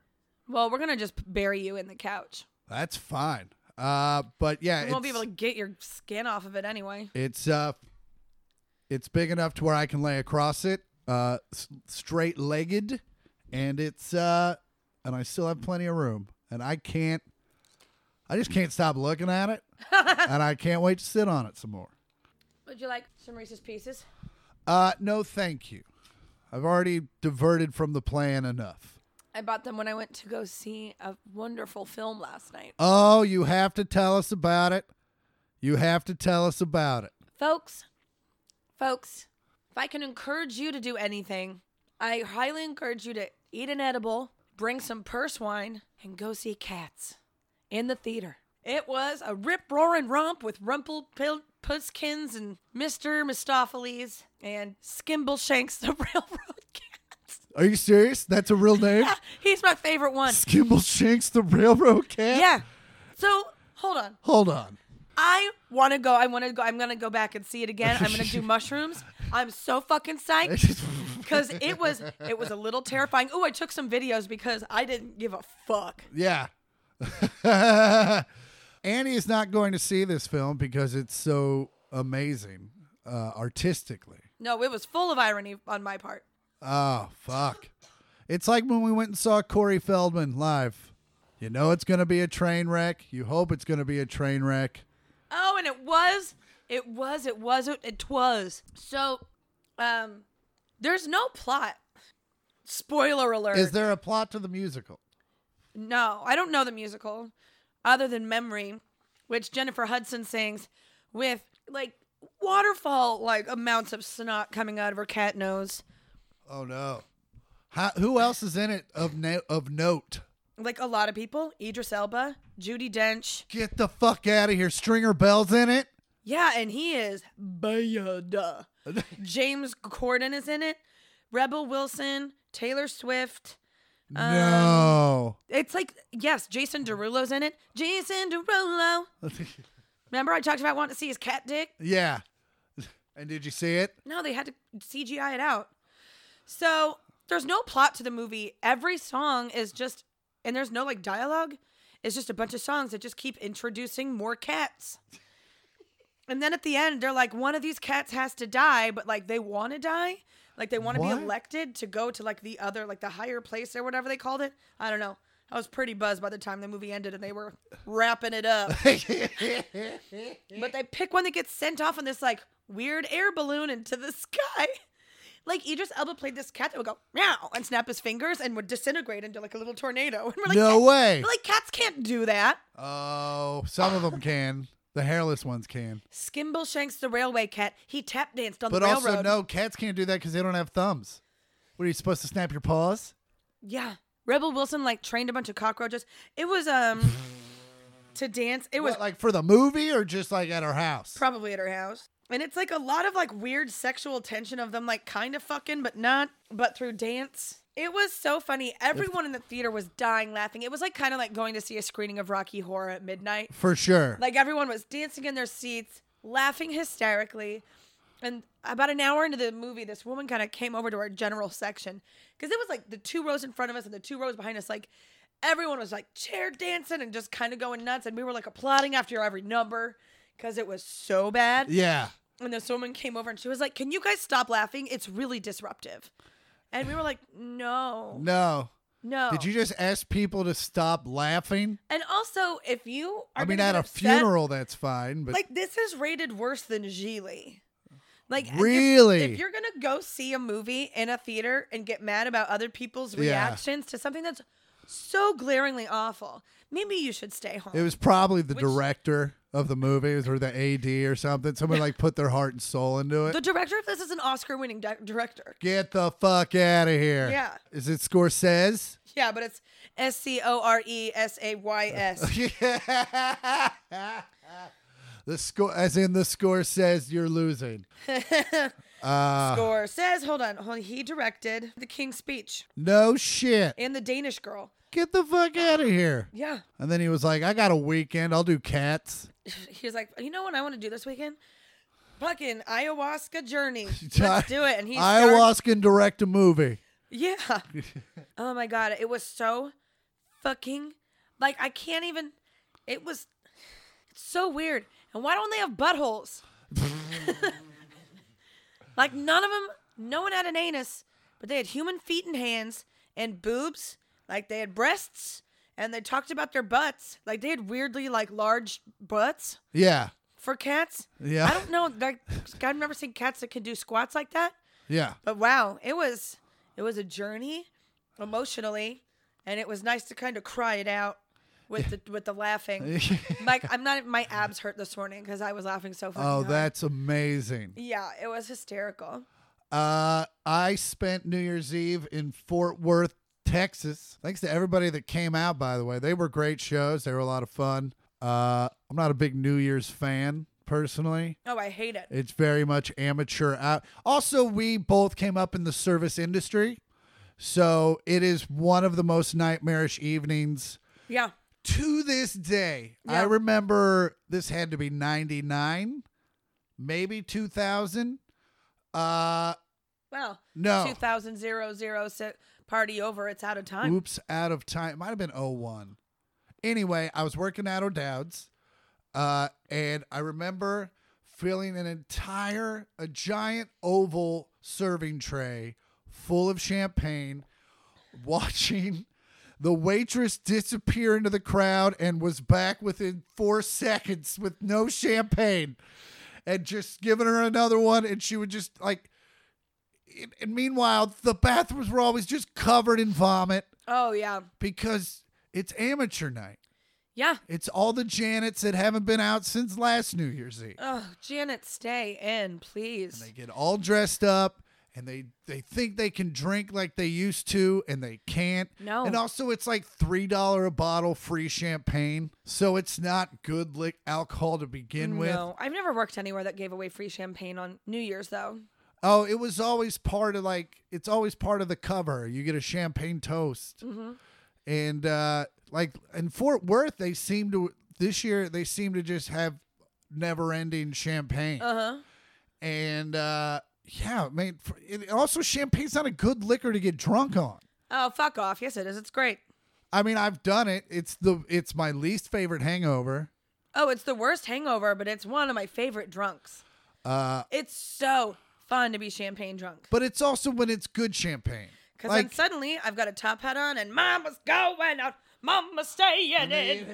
C: well, we're gonna just bury you in the couch.
D: That's fine. Uh, but yeah,
C: You won't be
D: it's-
C: able to get your skin off of it anyway.
D: It's uh, it's big enough to where I can lay across it, uh, s- straight legged, and it's uh, and I still have plenty of room, and I can't, I just can't stop looking at it, and I can't wait to sit on it some more.
C: Would you like some Reese's Pieces?
D: Uh, no, thank you. I've already diverted from the plan enough.
C: I bought them when I went to go see a wonderful film last night.
D: Oh, you have to tell us about it. You have to tell us about it.
C: folks, folks, if I can encourage you to do anything, I highly encourage you to eat an edible, bring some purse wine, and go see cats in the theater. It was a rip roaring romp with Rumpelpuskins and Mr. Mistopheles and Skimbleshanks the Railroad Cat.
D: Are you serious? That's a real name.
C: He's my favorite one.
D: Skimble Shanks the Railroad Cat.
C: Yeah. So, hold on.
D: Hold on.
C: I want to go. I want to go. I'm gonna go back and see it again. I'm gonna do mushrooms. I'm so fucking psyched because it was it was a little terrifying. Oh, I took some videos because I didn't give a fuck.
D: yeah. Annie is not going to see this film because it's so amazing uh, artistically.
C: No, it was full of irony on my part.
D: Oh, fuck. It's like when we went and saw Corey Feldman live. You know it's going to be a train wreck. You hope it's going to be a train wreck.
C: Oh, and it was, it was, it was, it, it was. So, um, there's no plot. Spoiler alert.
D: Is there a plot to the musical?
C: No, I don't know the musical other than Memory, which Jennifer Hudson sings with like waterfall like amounts of snot coming out of her cat nose.
D: Oh, no. How, who else is in it of, no, of note?
C: Like a lot of people, Idris Elba, Judy Dench.
D: Get the fuck out of here. Stringer Bell's in it.
C: Yeah, and he is bad. James Corden is in it. Rebel Wilson, Taylor Swift.
D: no.
C: It's like yes, Jason Derulo's in it. Jason Derulo. Remember I talked about wanting to see his cat dick?
D: yeah. And did you see it?
C: No, they had to CGI it out. So there's no plot to the movie. Every song is just, and there's no like dialogue. It's just a bunch of songs that just keep introducing more cats. And then at the end, they're like, one of these cats has to die, but like they want to die. Like they want to be
D: What?
C: elected to go to like the other, like the higher place or whatever they called it. I don't know. I was pretty buzzed by the time the movie ended and they were wrapping it up. But they pick one that gets sent off in this like weird air balloon into the sky. Like Idris Elba played this cat that would go meow and snap his fingers and would disintegrate into like a little tornado. And we're like,
D: no
C: "Cat-
D: way.
C: we're like cats can't do that.
D: Oh, some of them can. The hairless ones can.
C: Skimble Shanks the railway cat. He tap danced on
D: But
C: the
D: also,
C: railroad.
D: no, cats can't do that because they don't have thumbs. What are you supposed to snap your paws?
C: Yeah. Rebel Wilson like trained a bunch of cockroaches. It was um to dance. It was
D: What, like for the movie or just like at her house?
C: probably at her house. And it's like a lot of like weird sexual tension of them like kind of fucking but not but through dance. It was so funny. Everyone in the theater was dying laughing. It was like kind of like going to see a screening of Rocky Horror at midnight.
D: for sure.
C: Like everyone was dancing in their seats, laughing hysterically. And about an hour into the movie, this woman kind of came over to our general section because it was like the two rows in front of us and the two rows behind us. Like everyone was like chair dancing and just kind of going nuts. And we were like applauding after every number because it was so bad.
D: yeah.
C: And this woman came over and she was like, Can you guys stop laughing? It's really disruptive. And we were like, No,
D: No.
C: no.
D: Did you just ask people to stop laughing?
C: And also, if you are
D: I mean,
C: gonna
D: at
C: get
D: a
C: upset-
D: funeral, that's fine, but
C: like this is rated worse than Gigli. Like if-
D: Really?
C: if, you're gonna go see a movie in a theater and get mad about other people's
D: Yeah.
C: reactions to something that's so glaringly awful, maybe you should stay home.
D: it was probably the
C: Which-
D: director of the movies or the AD or something. Someone like put their heart and soul into it.
C: the director of this is an Oscar-winning di- director.
D: Get the fuck out of here.
C: Yeah.
D: Is it Scorsese?
C: Yeah, but it's S C O R E S A Y S.
D: the score, as in the score says, you're losing. Uh,
C: Score says, hold on, hold on. He directed The King's Speech
D: no shit.
C: and The Danish Girl.
D: Get the fuck out of here.
C: Yeah.
D: And then he was like, I got a weekend. I'll do cats.
C: he was like, you know what I want to do this weekend? Fucking ayahuasca journey. Let's do it. And he started-
D: Ayahuasca can direct a movie.
C: Yeah. oh my god, it was so fucking like I can't even. It was. It's so weird. And why don't they have buttholes? like none of them. No one had an anus, but they had human feet and hands and boobs. Like they had breasts. And they talked about their butts, like they had weirdly like large butts
D: Yeah.
C: for cats.
D: Yeah.
C: I don't know. Like, I've never seen cats that can do squats like that.
D: Yeah.
C: But wow, it was it was a journey emotionally, and it was nice to kind of cry it out with the with the laughing. like I'm not my abs hurt this morning because I was laughing so fucking
D: Oh,
C: hard.
D: that's amazing.
C: yeah, it was hysterical.
D: Uh, I spent New Year's Eve in Fort Worth, Texas. Thanks to everybody that came out, by the way. They were great shows. They were a lot of fun. Uh, I'm not a big New Year's fan personally.
C: Oh, I hate it.
D: It's very much amateur out. Also, we both came up in the service industry. So it is one of the most nightmarish evenings
C: Yeah,
D: to this day, I
C: Yeah.
D: remember this had to be 99, maybe 2000. Uh,
C: well,
D: no.
C: two thousand zero zero sit party over. It's out of time.
D: Oops, out of time. Might have been 01. Anyway, I was working at O'Dowd's, uh, and I remember filling an entire, a giant oval serving tray full of champagne, watching the waitress disappear into the crowd and was back within four seconds with no champagne and just giving her another one. And she would just like, and- and meanwhile, the bathrooms were always just covered in vomit
C: Oh yeah,
D: because it's amateur night.
C: yeah.
D: It's all the Janets that haven't been out since last New Year's Eve.
C: Oh, Janet, stay in, please.
D: And they get all dressed up and they they think they can drink like they used to and they can't.
C: No.
D: And also it's like $3 a bottle free champagne. So it's not good lick alcohol to begin with.
C: Mm, No, I've never worked anywhere that gave away free champagne on New Year's though.
D: Oh, it was always part of like it's always part of the cover. You get a champagne toast,
C: Mm-hmm.
D: and uh, like in Fort Worth, they seem to this year they seem to just have never-ending champagne,
C: Uh huh.
D: and uh, yeah, I mean, for, it, also champagne's not a good liquor to get drunk on.
C: Oh, fuck off. Yes, it is. It's great.
D: I mean, I've done it. It's the it's my least favorite hangover.
C: Oh, it's the worst hangover, but it's one of my favorite drunks.
D: Uh,
C: It's so fun to be champagne drunk.
D: but it's also when it's good champagne.
C: Because
D: Like-
C: then suddenly I've got a top hat on and mama's going out, mama's staying in.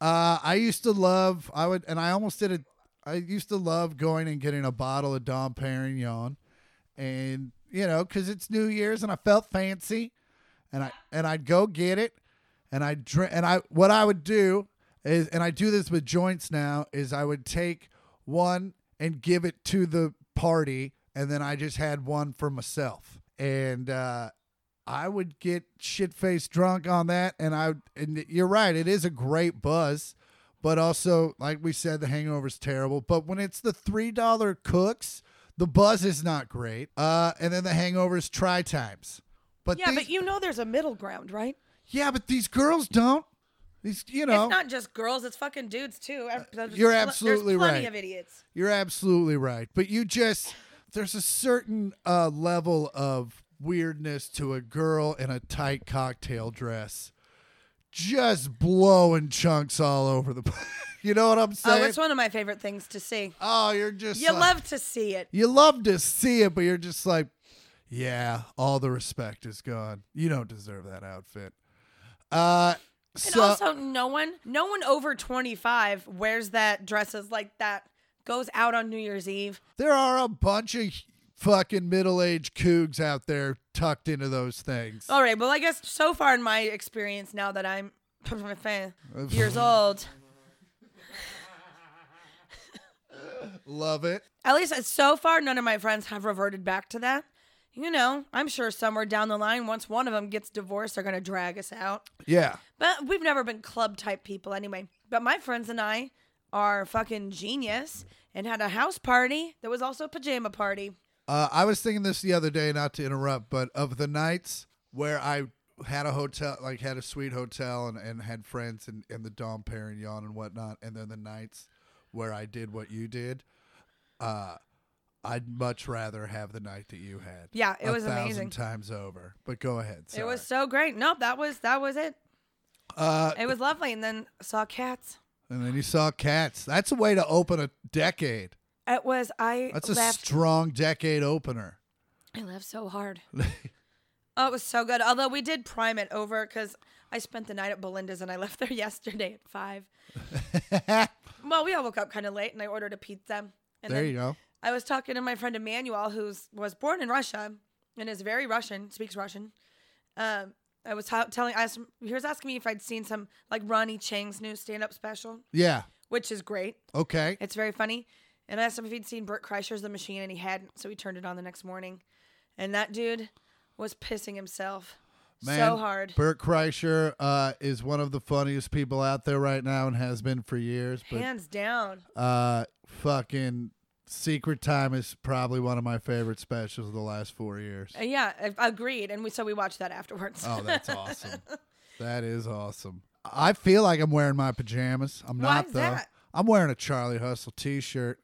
D: Uh, I used to love. I would, and I almost did it. I used to love going and getting a bottle of Dom Perignon, and you know, because it's New Year's, and I felt fancy, and I and I'd go get it, and I drink, and I what I would do is, and I do this with joints now, is I would take one and give it to the party, and then I just had one for myself, and uh, I would get shit faced drunk on that, and I and you're right, it is a great buzz, But also, like we said, the hangover's terrible. But when it's the $3 cooks, the buzz is not great. Uh, and then the hangover's try times. But
C: yeah,
D: these,
C: but you know there's a middle ground, right?
D: yeah, but these girls don't. These, you know,
C: It's not just girls; it's fucking dudes too. Ev- there's
D: you're
C: pl-
D: absolutely
C: there's plenty
D: right.
C: of idiots.
D: You're absolutely right. But you just there's a certain uh, level of weirdness to a girl in a tight cocktail dress, just blowing chunks all over the. place. you know what I'm
C: Oh,
D: saying?
C: it's one of my favorite things to see.
D: Oh, you're just
C: You
D: like-
C: love to see it.
D: you love to see it, but you're just like, yeah, all the respect is gone. You don't deserve that outfit. Uh,
C: And
D: so
C: also, no one, no one over 25 wears that dresses like that. Goes out on New Year's Eve.
D: there are a bunch of fucking middle-aged cougs out there tucked into those things.
C: All right, well, I guess so far in my experience, now that I'm years old,
D: Love it.
C: at least so far, none of my friends have reverted back to that. You know, I'm sure somewhere down the line, once one of them gets divorced, they're gonna drag us out.
D: Yeah.
C: But we've never been club type people anyway. But my friends and I are fucking genius and had a house party that was also a pajama party.
D: Uh, I was thinking this the other day, not to interrupt, but of the nights where I had a hotel, like had a sweet hotel and, and had friends and, and the Dom Perignon and whatnot, and then the nights where I did what you did, uh, I'd much rather have the night that you had.
C: Yeah, it
D: a
C: was
D: thousand
C: amazing.
D: times over. But go ahead.
C: It
D: sorry.
C: was so great. Nope, that was that was it.
D: Uh,
C: It was lovely. And then saw cats.
D: and then you saw cats. That's a way to open a decade.
C: It was I
D: That's a
C: left.
D: strong decade opener.
C: I laughed so hard. oh, it was so good. Although we did prime it over because I spent the night at Belinda's and I left there yesterday at five. Well, we all woke up kind of late and I ordered a pizza. And
D: there
C: then
D: you go.
C: I was talking to my friend Emmanuel, who was born in Russia and is very Russian, speaks Russian. Um, I was ta- telling, I asked, him- he was asking me if I'd seen some like Ronnie Chang's new stand up special,
D: Yeah.
C: which is great.
D: Okay.
C: It's very funny. And I asked him if he'd seen Bert Kreischer's The Machine, and he hadn't. So he turned it on the next morning. And that dude was pissing himself so hard.
D: Bert Kreischer uh, is one of the funniest people out there right now and has been for years. But
C: Hands down.
D: uh, fucking Secret Time is probably one of my favorite specials of the last four years.
C: Uh, yeah, I- agreed. And we so we watched that afterwards.
D: Oh, that's awesome. That is awesome. I feel like I'm wearing my pajamas. I'm
C: Why
D: not
C: is
D: though.
C: that? Mm-hmm.
D: I'm wearing a Charlie Hustle t-shirt.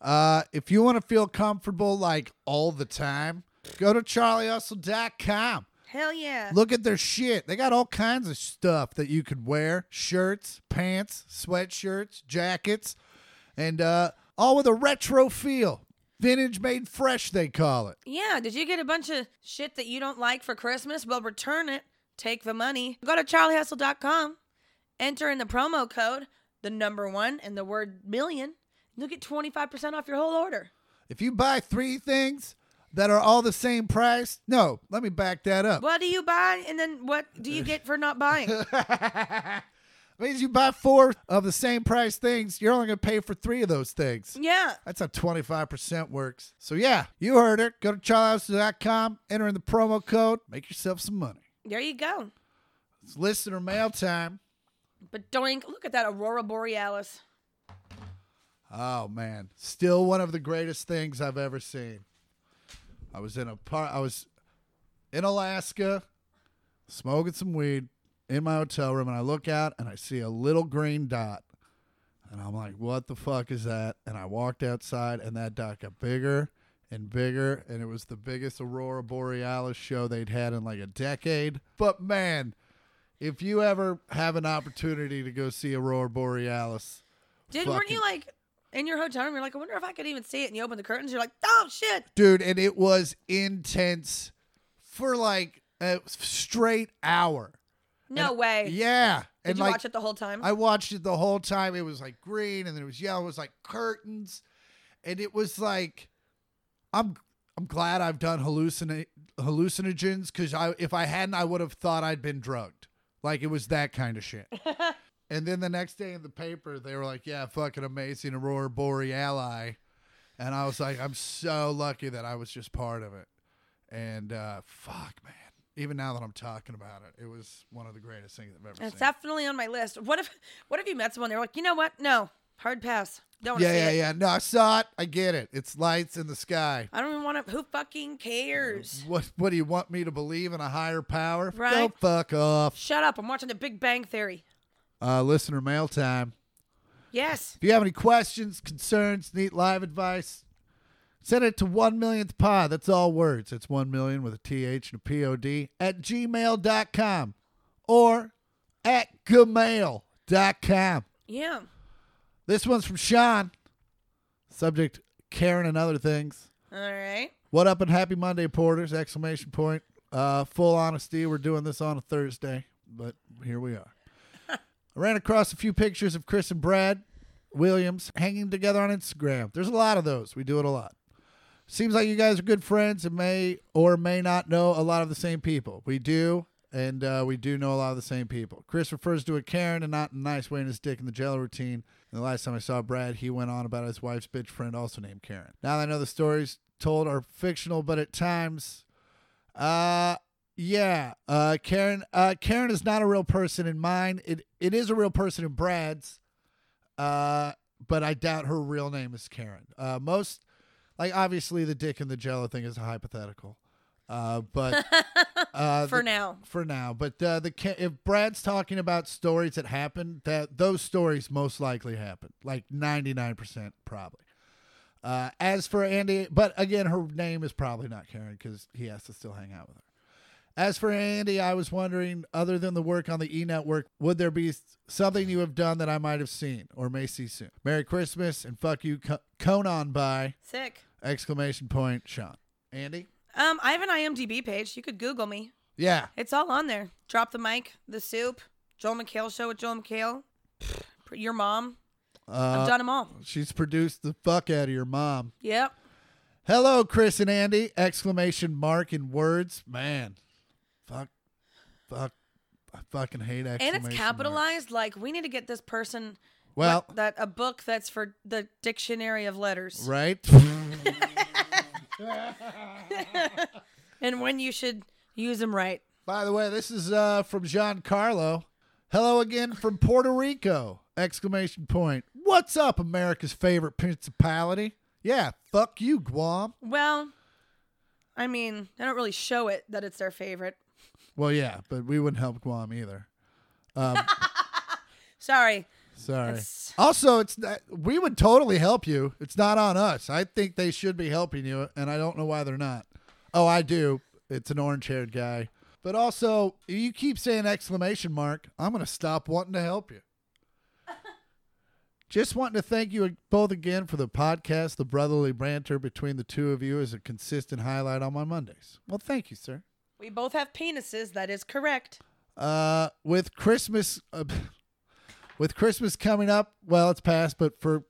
D: Uh, if you want to feel comfortable like all the time, go to charliehustle.com.
C: Hell yeah.
D: Look at their shit. They got all kinds of stuff that you could wear shirts, pants, sweatshirts, jackets, and uh, all with a retro feel. Vintage made fresh, they call it.
C: Yeah, did you get a bunch of shit that you don't like for Christmas? Well, return it. Take the money. Go to charliehustle.com, enter in the promo code, the number one, and the word million. and You'll get 25% off your whole order.
D: If you buy three things that are all the same price, no, let me back that up.
C: What do you buy? And then what do you get for not buying?
D: means you buy four of the same price things, you're only going to pay for three of those things.
C: yeah.
D: That's how 25% works. So, yeah, you heard it. Go to charliehustle.com, enter in the promo code, make yourself some money.
C: There you go.
D: It's listener mail time.
C: But doink, look at that Aurora Borealis.
D: Oh man, still one of the greatest things I've ever seen. I was in a par- I was in Alaska, smoking some weed in my hotel room, and I look out and I see a little green dot, and I'm like, "What the fuck is that?" And I walked outside, and that dot got bigger and bigger, and it was the biggest aurora borealis show they'd had in like a decade. But man, if you ever have an opportunity to go see aurora borealis.
C: Did weren't
D: Fucking-
C: you like in your hotel room? You're like, I wonder if I could even see it. And you open the curtains, you're like, oh shit.
D: dude and it was intense for like a straight hour
C: No
D: And-
C: way.
D: yeah
C: Did
D: and
C: you
D: like
C: watch it the whole time?
D: i watched it the whole time it was like green and then it was yellow it was like curtains and it was like i'm i'm glad i've done hallucina- hallucinogens because i if i hadn't i would have thought i'd been drugged like it was that kind of shit and then the next day in the paper they were like yeah fucking amazing aurora borealis and i was like i'm so lucky that i was just part of it and uh fuck man even now that I'm talking about it, it was one of the greatest things I've ever
C: It's
D: seen.
C: definitely on my list. What if what if you met someone? They're like, you know what? No, hard pass. Don't want to
D: yeah,
C: see
D: yeah,
C: it.
D: yeah. No, I saw it. I get it. It's lights in the sky.
C: I don't even want to. Who fucking cares?
D: What What do you want me to believe in a higher power? Go
C: Right.
D: fuck off.
C: Shut up! I'm watching The Big Bang Theory.
D: Uh, listener mail time.
C: Yes.
D: If you have any questions, concerns, need live advice, send it to one millionth pod. That's all words. It's one million with a th and a pod at gmail.com or at gmail.com.
C: Yeah.
D: This one's from Sean. Subject Karen and other things.
C: All right.
D: What up and happy Monday, Porters! Exclamation point. Uh, full honesty, we're doing this on a Thursday, but here we are. I ran across a few pictures of Chris and Brad Williams hanging together on Instagram. There's a lot of those. We do it a lot. Seems like you guys are good friends and may or may not know a lot of the same people. We do, and uh, we do know a lot of the same people. Chris refers to a Karen and not in a nice way in his dick in the jail routine. And the last time I saw Brad, he went on about his wife's bitch friend, also named Karen. Now that I know the stories told are fictional, but at times, uh, yeah, uh, Karen, uh, Karen is not a real person in mine. It it is a real person in Brad's, uh, but I doubt her real name is Karen. Uh, most like obviously the dick and the jello thing is a hypothetical uh but uh
C: For
D: the-
C: now.
D: for now but uh the ca- if brad's talking about stories that happened that those stories most likely happened like 99% probably uh as for andy but again her name is probably not karen because he has to still hang out with her as for Andy, I was wondering, other than the work on the E Network, would there be something you have done that I might have seen or may see soon? Merry Christmas and fuck you, Co- Conan. Bye.
C: Sick.
D: Exclamation point, Sean. Andy?
C: Um, I have an IMDb page. You could Google me.
D: Yeah.
C: It's all on there. Drop the mic, the soup, Joel McHale show with Joel McHale, Pfft, your mom. I've
D: Uh,
C: done them all.
D: she's produced the fuck out of your mom.
C: Yep.
D: Hello, Chris and Andy! Exclamation mark in words. Man. Fuck. Fuck. I fucking hate
C: And
D: exclamation
C: it's
D: mark.
C: capitalized. Like we need to get this person
D: Well,
C: what- that a book that's for the dictionary of letters
D: right?
C: and when you should use them right.
D: By the way, this is uh, from Giancarlo. Hello again from Puerto Rico! Exclamation point. What's up, America's favorite principality? Yeah, fuck you, Guam.
C: Well, I mean, I don't really show it that it's their favorite.
D: Well, yeah, but we wouldn't help Guam either.
C: Sorry.
D: Sorry.
C: That's-
D: Also, it's not, we would totally help you. It's not on us. I think they should be helping you, and I don't know why they're not. Oh, I do. It's an orange-haired guy. But also, if you keep saying exclamation mark, I'm gonna stop wanting to help you. Just wanting to thank you both again for the podcast. The brotherly banter between the two of you is a consistent highlight on my Mondays. Well, thank you, sir.
C: We both have penises. That is correct.
D: Uh, with Christmas, uh, with Christmas coming up, well, it's past, but for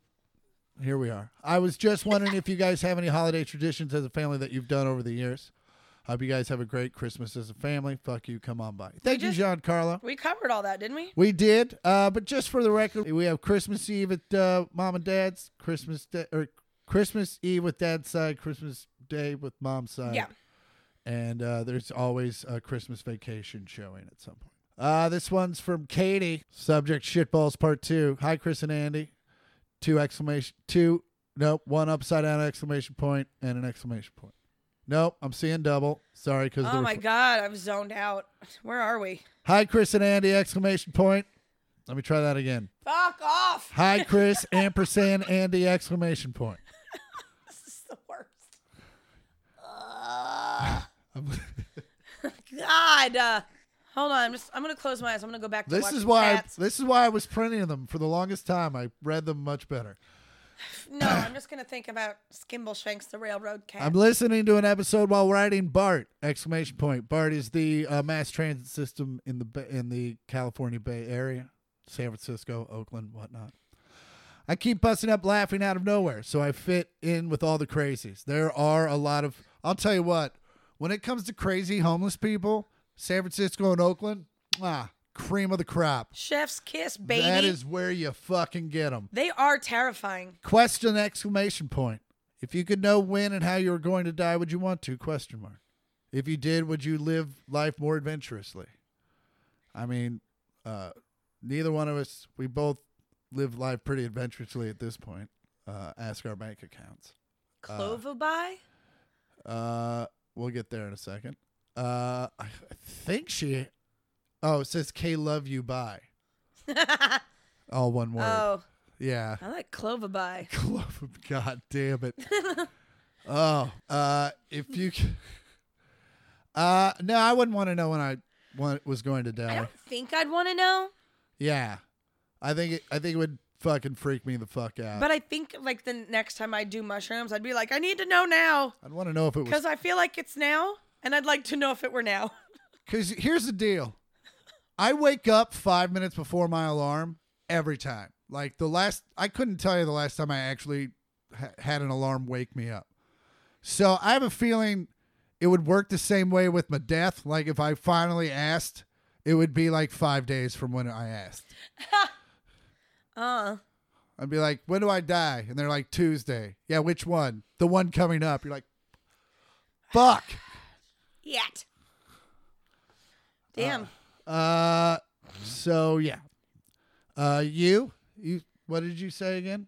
D: here we are. I was just wondering if you guys have any holiday traditions as a family that you've done over the years. Hope you guys have a great Christmas as a family. Fuck you, come on by. Thank you,
C: just-
D: Giancarlo.
C: We covered all that, didn't we?
D: We did, uh, but just for the record, we have Christmas Eve at uh, mom and dad's, Christmas day or Christmas Eve with dad's side, Christmas day with mom's side
C: yeah.
D: and uh, there's always a Christmas vacation showing at some point. Uh, this one's from Katie. Subject shitballs part two. Hi, Chris and Andy. Two exclamation two. Nope, one upside down exclamation point and an exclamation point. Nope, I'm seeing double. Sorry, because
C: Oh my god, I'm zoned out. Where are we?
D: hi, Chris and Andy exclamation point. Let me try that again.
C: Fuck off.
D: Hi, Chris ampersand Andy exclamation point.
C: This is the worst. Uh, god. Uh, hold on. I'm just. I'm gonna close my eyes. I'm gonna go back to
D: This
C: watching
D: is why
C: cats.
D: this is why I was printing them for the longest time. I read them much better.
C: no, I'm just gonna think about Skimble Shanks, the railroad cat.
D: I'm listening to an episode while riding BART! Exclamation point! BART is the uh, mass transit system in the Ba- in the California Bay Area, San Francisco, Oakland, whatnot. I keep busting up laughing out of nowhere, so I fit in with all the crazies. There are a lot of. I'll tell you what. When it comes to crazy homeless people, San Francisco and Oakland, ah, cream of the crop.
C: Chef's kiss, baby.
D: That is where you fucking get them.
C: They are terrifying.
D: Question exclamation point. If you could know when and how you were going to die, would you want to? Question mark. If you did, would you live life more adventurously? I mean, uh, neither one of us, we both live life pretty adventurously at this point. Uh, ask our bank accounts.
C: Clovoby?
D: Uh, we'll get there in a second. Uh, I I think she. Oh, it says K love you bye. All one word.
C: oh,
D: Yeah.
C: I like Clovoby.
D: Love him. God damn it. oh, uh, if you. c- Uh, no, I wouldn't want to know when I want, was going to
C: I
D: die.
C: don't think I'd want to know,
D: Yeah, I think it, I think it would fucking freak me the fuck out.
C: but I think like the next time I do mushrooms, I'd be like, I need to know now
D: I'd want to know if it was
C: because I feel like it's now, and I'd like to know if it were now.
D: Because here's the deal I wake up five minutes before my alarm every time. Like the last, I couldn't tell you the last time I actually ha- had an alarm wake me up. So I have a feeling it would work the same way with my death. Like if I finally asked, it would be like five days from when I asked.
C: Uh,
D: I'd be like, when do I die? And they're like, Tuesday. Yeah, which one? The one coming up. You're like, fuck.
C: yet. Damn.
D: Uh, so yeah. Uh, you, you, what did you say again?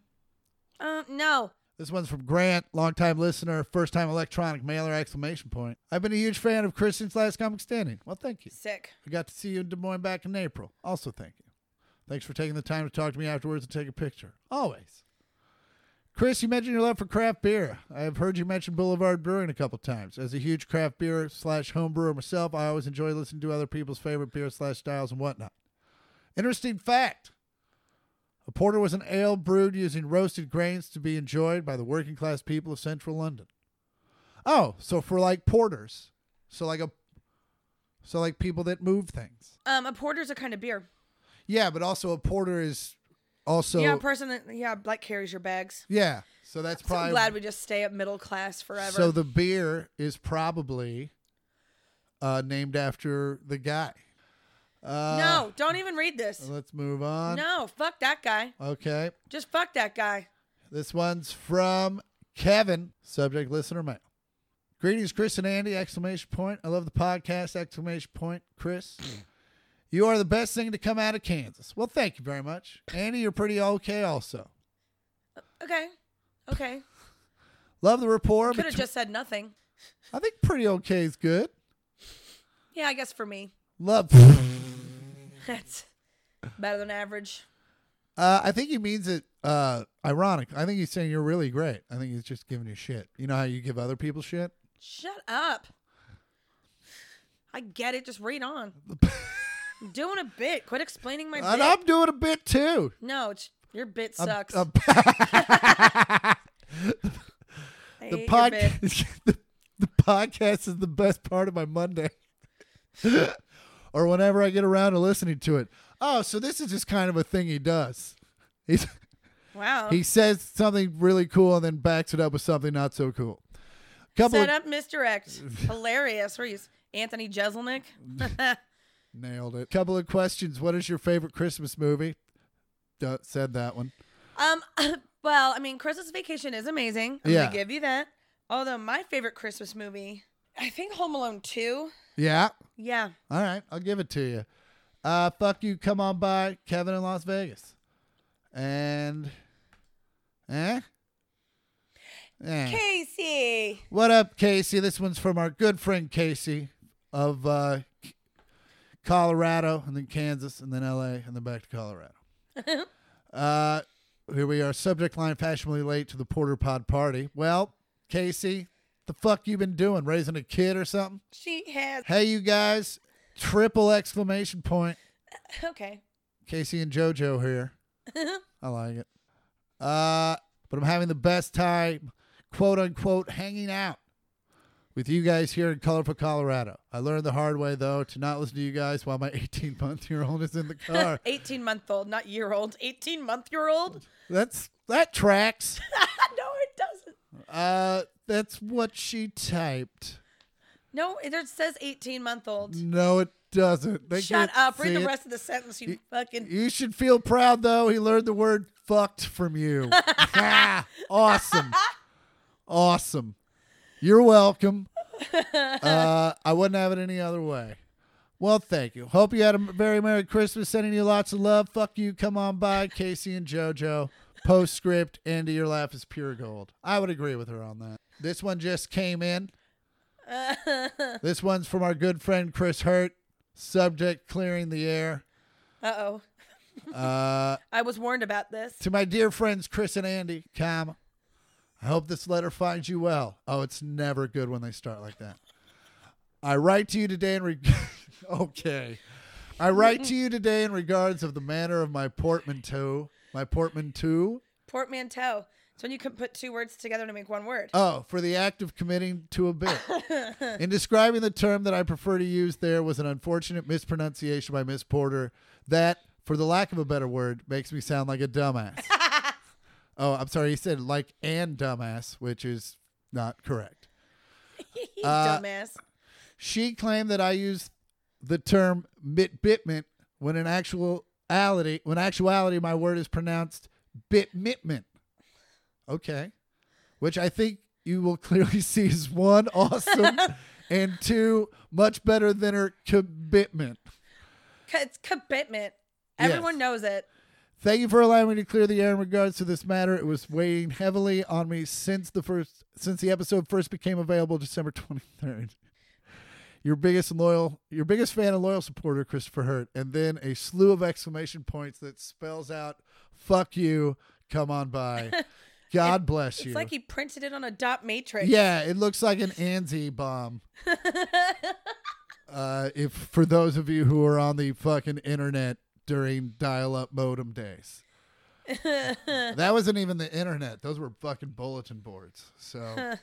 C: Uh, no.
D: This one's from Grant, longtime listener, first time electronic mailer! Exclamation point! I've been a huge fan of Christian's last comic standing. Well, thank you.
C: Sick.
D: I got to see you in Des Moines back in April. Also, thank you. Thanks for taking the time to talk to me afterwards and take a picture. Always. Chris, you mentioned your love for craft beer. I have heard you mention Boulevard Brewing a couple times. As a huge craft beer slash home brewer myself, I always enjoy listening to other people's favorite beer slash styles and whatnot. Interesting fact. A porter was an ale brewed using roasted grains to be enjoyed by the working class people of central London. Oh, so for like porters. So like a so like people that move things.
C: Um, a porter's a kind of beer.
D: Yeah, but also a porter is also
C: yeah,
D: yeah.
C: a person that yeah like carries your bags.
D: so that's
C: So
D: probably
C: glad we just stay at middle class forever.
D: so the beer is probably uh, named after the guy. Uh,
C: no, don't even read this.
D: Let's move on.
C: No, fuck that guy.
D: Okay,
C: Just fuck that guy.
D: this one's from Kevin, subject listener mail. Greetings, Chris and Andy! Exclamation point! I love the podcast! Exclamation point, Chris. You are the best thing to come out of Kansas. Well, thank you very much. Andy, you're pretty okay also.
C: Okay, okay.
D: Love the rapport.
C: Could have
D: between-
C: just said nothing.
D: I think pretty okay is good.
C: Yeah, I guess for me,
D: Love.
C: that's better than average.
D: Uh, I think he means it uh, ironic. I think he's saying you're really great. I think he's just giving you shit. You know how you give other people shit?
C: Shut up. I get it. Just read on. I'm doing a bit. Quit explaining my
D: And
C: bit.
D: I'm doing a bit too.
C: No, it's your bit
D: I'm-
C: sucks.
D: I'm-
C: I hate
D: the,
C: your
D: pod-
C: bit.
D: the, the podcast is the best part of my Monday. or whenever I get around to listening to it. Oh, so this is just kind of a thing he does. He's.
C: Wow.
D: He says something really cool and then backs it up with something not so cool. Couple
C: Set
D: of,
C: up misdirect. Hilarious. Where he's Anthony Jeselnik.
D: nailed it. Couple of questions. What is your favorite Christmas movie? Duh, said that one.
C: um, well, I mean, Christmas Vacation is amazing. I'm
D: Yeah.
C: gonna give you that. Although my favorite Christmas movie, I think Home Alone Two.
D: Yeah.
C: Yeah.
D: All right, I'll give it to you. Uh, fuck you. Come on by Kevin in Las Vegas. And eh. Eh.
C: Casey.
D: What up, Casey? This one's from our good friend Casey of uh, K- Colorado, and then Kansas, and then LA, and then back to Colorado. uh, here we are. Subject line fashionably late to the Porter Pod party. Well, Casey, the fuck you been doing? Raising a kid or something?
C: She has.
D: Hey, you guys! Triple exclamation point.
C: Okay.
D: Casey and JoJo here. I like it. Uh, but I'm having the best time, quote unquote, hanging out with you guys here in colorful Colorado. I learned the hard way though to not listen to you guys while my 18 month year old is in the car.
C: 18 month old, not year old. 18 month year old?
D: That's that tracks.
C: no, it doesn't.
D: Uh, that's what she typed.
C: No, it just says 18 month old.
D: No, it doesn't. Mm, They
C: Shut
D: can't
C: up.
D: see
C: Read the
D: it.
C: rest of the sentence, you fucking.
D: You should feel proud though. He learned the word fucked from you. Ah, awesome. Awesome. You're welcome. uh, I wouldn't have it any other way. Well, thank you. Hope you had a very Merry Christmas. Sending you lots of love. Fuck you. Come on by, Casey and JoJo. Postscript, into your laugh is pure gold. I would agree with her on that. This one just came in. This one's from our good friend Chris Hurt. Subject clearing the air.
C: Uh oh.
D: Uh,
C: I was warned about this.
D: to my dear friends Chris and Andy, comma. I hope this letter finds you well. Oh, it's never good when they start like that. I write to you today in re- okay. I write to you today in regards of the manner of my portmanteau. My portmanteau.
C: Portmanteau. It's when you can put two words together to make one word.
D: Oh, for the act of committing to a bit. In describing the term that I prefer to use, there was an unfortunate mispronunciation by Miss Porter that, for the lack of a better word, makes me sound like a dumbass. oh, I'm sorry. He said like and dumbass, which is not correct.
C: You
D: uh,
C: Dumbass.
D: She claimed that I used the term bit bitment when in actuality, when actuality, my word is pronounced bit mitment. Okay, which I think you will clearly see is one awesome and two much better than her commitment.
C: C- It's commitment. Everyone
D: Yes.
C: knows it.
D: Thank you for allowing me to clear the air in regards to this matter. It was weighing heavily on me since the first since the episode first became available December 23rd. Your biggest and loyal your biggest fan and loyal supporter Christopher Hurt and then a slew of exclamation points that spells out fuck you, come on by. God bless
C: It's
D: you.
C: like he printed it on a dot matrix.
D: yeah, it looks like an ANSI bomb. uh, if for those of you who are on the fucking internet during dial-up modem days. that wasn't even the internet. Those were fucking bulletin boards. So,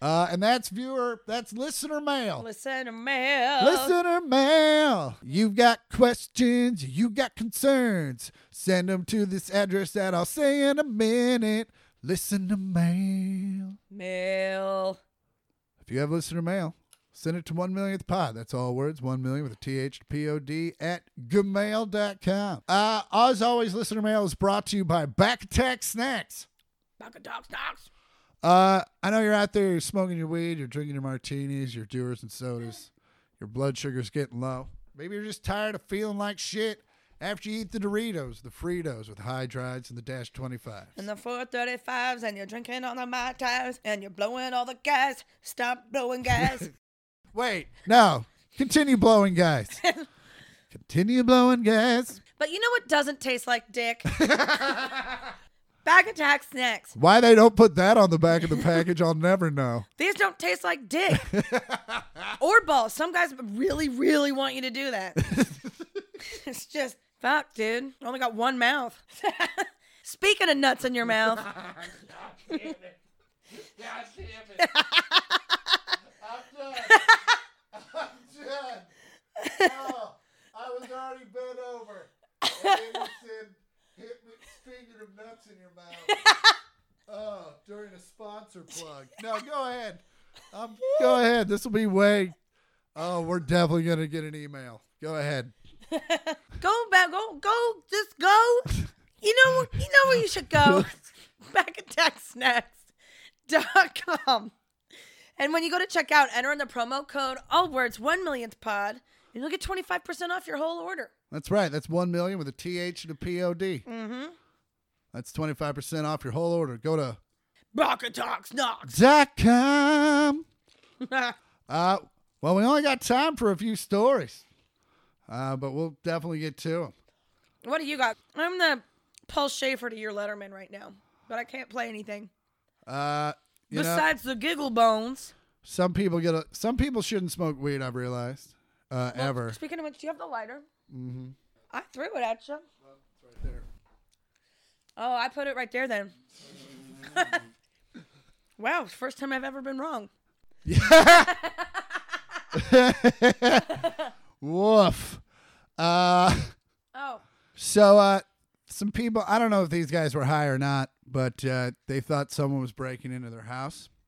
D: uh, and that's viewer, that's listener mail.
C: Listen to mail.
D: Listener mail. You've got questions, you got concerns. Send them to this address that I'll say in a minute. Listener mail.
C: Mail.
D: If you have listener mail, send it to 1 millionth pod. That's all words, 1 million with a TH P O D at gmail.com. Uh, as always, listener mail is brought to you by Back Attack Snacks.
C: Knock a dog's dogs.
D: Uh, I know you're out there, you're smoking your weed, you're drinking your martinis, your doers and sodas, your blood sugar's getting low. Maybe you're just tired of feeling like shit after you eat the Doritos, the Fritos with hydrides and the Dash 25.
C: And the 435s, and you're drinking all the Mai Tais, and you're blowing all the gas. Stop blowing gas.
D: Wait, no, continue blowing, guys. continue blowing, guys.
C: but you know what doesn't taste like dick? Bag attack snacks.
D: Why they don't put that on the back of the package, I'll never know.
C: These don't taste like dick or balls. Some guys really, really want you to do that. it's just fuck, dude. I only got one mouth. Speaking of nuts in your mouth,
A: God damn it. I'm done.
D: I'm done. Oh, I was already bent over. And then you said, hit me, speaking of nuts in your mouth. Oh, during a sponsor plug. No, go ahead. Um, go ahead. This will be way. Oh, we're definitely going to get an email. Go ahead.
C: go back, go, go, just go. You know, you know where you should go. Backattacksnacks.com. And when you go to checkout, enter in the promo code all words one millionth pod, and you'll get twenty five percent off your whole order.
D: That's right. That's 1 million with a TH and a POD. Mm-hmm. That's 25% off your whole order. Go to
C: Backattacksnacks.
D: dot com. Uh, well, we only got time for a few stories, uh, but we'll definitely get to them.
C: What do you got? I'm the Paul Schaefer to your Letterman right now, but I can't play anything
D: Uh, you know,
C: besides the giggle bones.
D: some people get a, some people shouldn't smoke weed. I've realized uh, ever.
C: Speaking of which, do you have the lighter? Mm-hmm. I threw it at you. Oh, I put it right there then. wow, first time I've ever been wrong.
D: Woof. Uh,
C: Oh,
D: so uh, some people. I don't know if these guys were high or not, but uh, they thought someone was breaking into their house.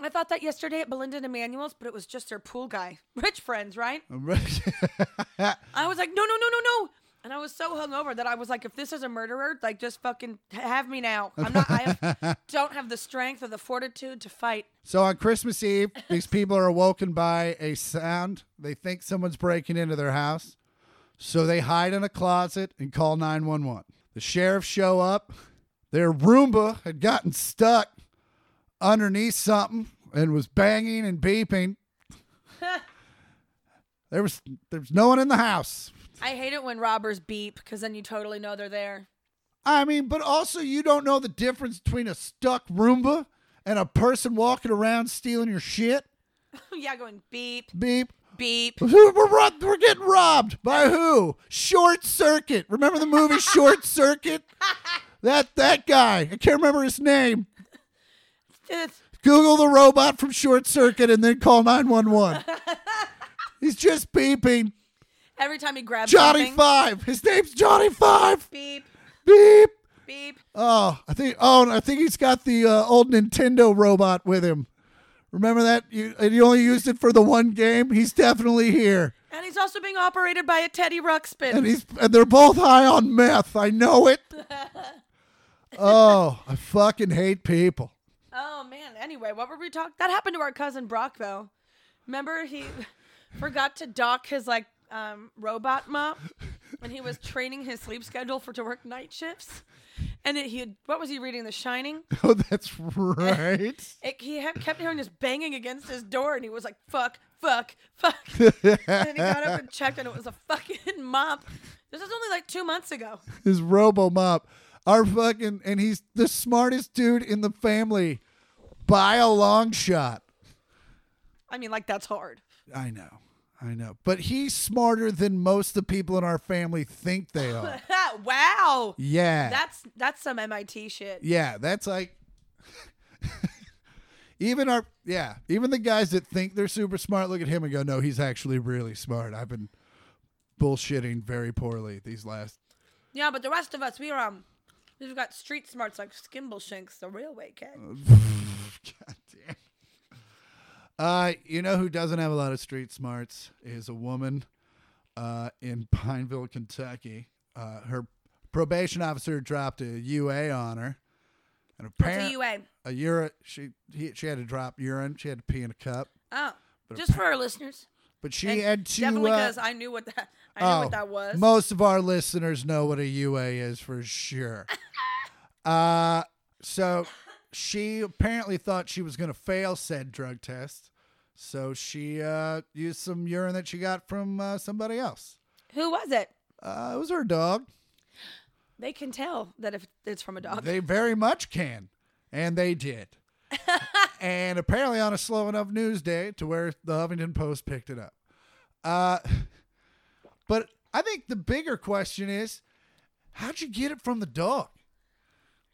C: I thought that yesterday at Belinda and Emanuel's, but it was just their pool guy. Rich friends, right? I was like, no, no, no, no, no. And I was so hungover that I was like, if this is a murderer, like just fucking have me now. I'm not. I have, don't have the strength or the fortitude to fight.
D: So on Christmas Eve, these people are awoken by a sound. They think someone's breaking into their house. So they hide in a closet and call 911. The sheriffs show up. Their Roomba had gotten stuck underneath something and was banging and beeping. there was there's no one in the house.
C: I hate it when robbers beep because then you totally know they're there.
D: I mean, but also you don't know the difference between a stuck Roomba and a person walking around stealing your shit.
C: yeah, going beep,
D: Beep.
C: beep.
D: Who- We're, rob- we're getting robbed by who? Short Circuit. Remember the movie Short Circuit? That that guy. I can't remember his name.
C: It's-
D: Google the robot from Short Circuit and then call nine one one. He's just beeping.
C: Every time he grabs
D: Johnny
C: something,
D: Five. His name's Johnny Five.
C: beep,
D: Beep.
C: beep.
D: Oh, I think. Oh, and I think he's got the uh, old Nintendo robot with him. Remember that? You and you only used it for the one game. He's definitely here.
C: And he's also being operated by a Teddy Ruxpin.
D: and he's and they're both high on meth. I know it. oh, I fucking hate people.
C: Oh man. Anyway, what were we talking? That happened to our cousin Brock though. Remember he forgot to dock his like um, robot mop, and he was training his sleep schedule for to work night shifts. And it, he had, what was he reading? The Shining.
D: Oh, that's right.
C: It, he had, kept hearing this banging against his door, and he was like, "Fuck, fuck, fuck." and he got up and checked, and it was a fucking mop. This was only like two months ago.
D: His RoboMop, our fucking, and he's the smartest dude in the family by a long shot.
C: I mean, like that's hard.
D: I know, I know, but he's smarter than most of the people in our family think they are.
C: wow.
D: Yeah,
C: That's that's some MIT shit.
D: Yeah, that's like even our yeah, even the guys that think they're super smart look at him and go, "No, he's actually really smart." I've been bullshitting very poorly these last.
C: Yeah, but the rest of us, we are um, we've got street smarts like Skimbleshanks, the railway kid.
D: God damn. Uh, you know who doesn't have a lot of street smarts is a woman uh, in Pineville, Kentucky. Uh, her probation officer dropped a UA on her, and
C: What's a
D: apparently
C: UA?
D: a urine she he, she had to drop urine. She had to pee in a cup.
C: Oh, just for our listeners.
D: But she
C: And
D: had to.
C: definitely
D: uh,
C: because I knew what that I knew
D: oh,
C: what that was.
D: Most of our listeners know what a UA is for sure. uh, so she apparently thought she was going to fail said drug test. So she uh, used some urine that she got from uh, somebody else.
C: Who was it?
D: Uh, it was her dog.
C: They can tell that if it's from a dog.
D: They very much can. And they did. and apparently on a slow enough news day to where the Huffington Post picked it up. Uh, but I think the bigger question is how'd you get it from the dog?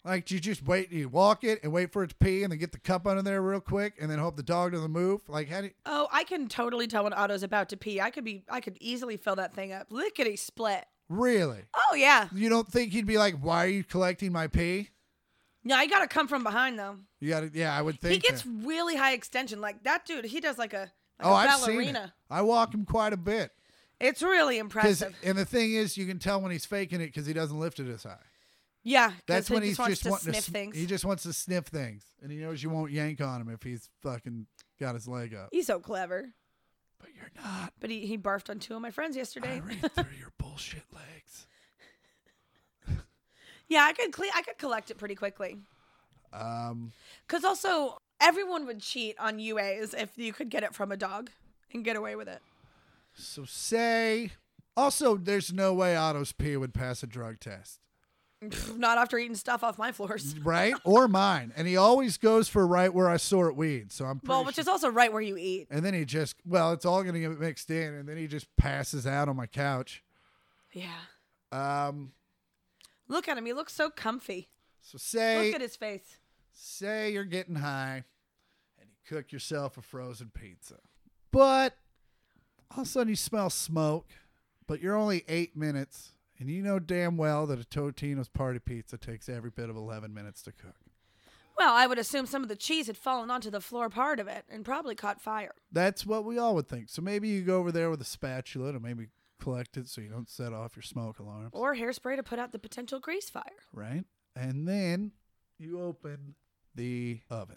D: Like, do you just wait, you walk it and wait for it to pee and then get the cup under there real quick and then hope the dog doesn't move? Like, how do you,
C: oh, I can totally tell when Otto's about to pee. I could be I could easily fill that thing up. Lickety split.
D: really?
C: Oh yeah.
D: You don't think he'd be like, why are you collecting my pee?
C: No, I gotta come from behind though.
D: You gotta, yeah, I would think.
C: he gets
D: that.
C: really high extension. Like that dude, he does like a like
D: oh,
C: a
D: I've
C: ballerina.
D: seen it. I walk him quite a bit.
C: It's really
D: 'Cause-
C: impressive.
D: and the thing is, you can tell when he's faking it because he doesn't lift it as high.
C: Yeah, 'cause
D: That's
C: he
D: when he's
C: wants
D: just
C: to
D: wanting
C: sniff
D: to, sn-
C: things.
D: He just wants to sniff things, and he knows you won't yank on him if he's fucking got his leg up.
C: He's so clever.
D: But you're not.
C: But he, he barfed on two of my friends
D: I
C: yesterday.
D: read through your bullshit legs.
C: yeah, I could cle- I could collect it pretty quickly.
D: Um,
C: Cause also everyone would cheat on UAs if you could get it from a dog and get away with it.
D: so say. Also, there's no way Otto's pee would pass a drug test,
C: Pff, Not after eating stuff off my floors.
D: right? or mine. And he always goes for right where I sort weed. So I'm pretty
C: Well, which
D: sure-
C: is also right where you eat.
D: And then he just, well, it's all going to get mixed in, and then he just passes out on my couch.
C: Yeah.
D: Um,
C: Look at him. He looks so comfy.
D: so say
C: Look at his face.
D: say you're getting high and you cook yourself a frozen pizza. But all of a sudden you smell smoke, but you're only eight minutes, and you know damn well that a Totino's party pizza takes every bit of 11 minutes to cook.
C: Well, I would assume some of the cheese had fallen onto the floor part of it and probably caught fire.
D: That's what we all would think. So maybe you go over there with a spatula to maybe collect it so you don't set off your smoke alarms.
C: Or hairspray to put out the potential grease fire.
D: right? And then you open the oven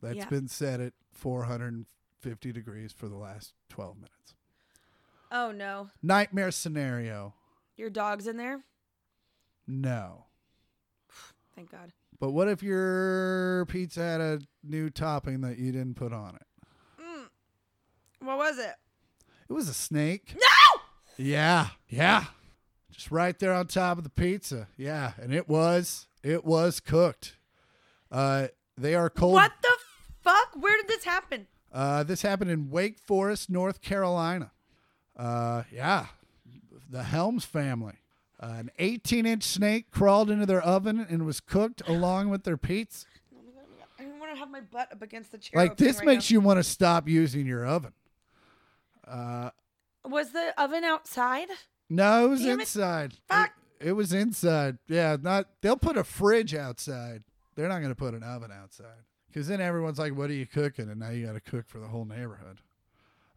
D: that's
C: Yeah.
D: been set at 450 degrees for the last 12 minutes.
C: Oh no,
D: Nightmare scenario,
C: your dog's in there.
D: no.
C: Thank God.
D: But what if your pizza had a new topping that you didn't put on it?
C: What was it?
D: It was a snake.
C: No.
D: Yeah, yeah. Just right there on top of the pizza. Yeah, and it was it was cooked. Uh, they are cold.
C: What the fuck? Where did this happen?
D: Uh, this happened in Wake Forest, North Carolina. Uh, yeah, the Helms family. Uh, an 18 inch snake crawled into their oven and was cooked along with their pizza.
C: I don't want to have my butt up against the chair.
D: Like, this makes you want to stop using your oven. Uh,
C: you. Was the oven outside?
D: no, it was
C: Damn it.
D: inside. It-
C: Fuck.
D: It, was inside. Yeah, not. They'll put a fridge outside. They're not going to put an oven outside because then everyone's like, "What are you cooking?" And now you got to cook for the whole neighborhood.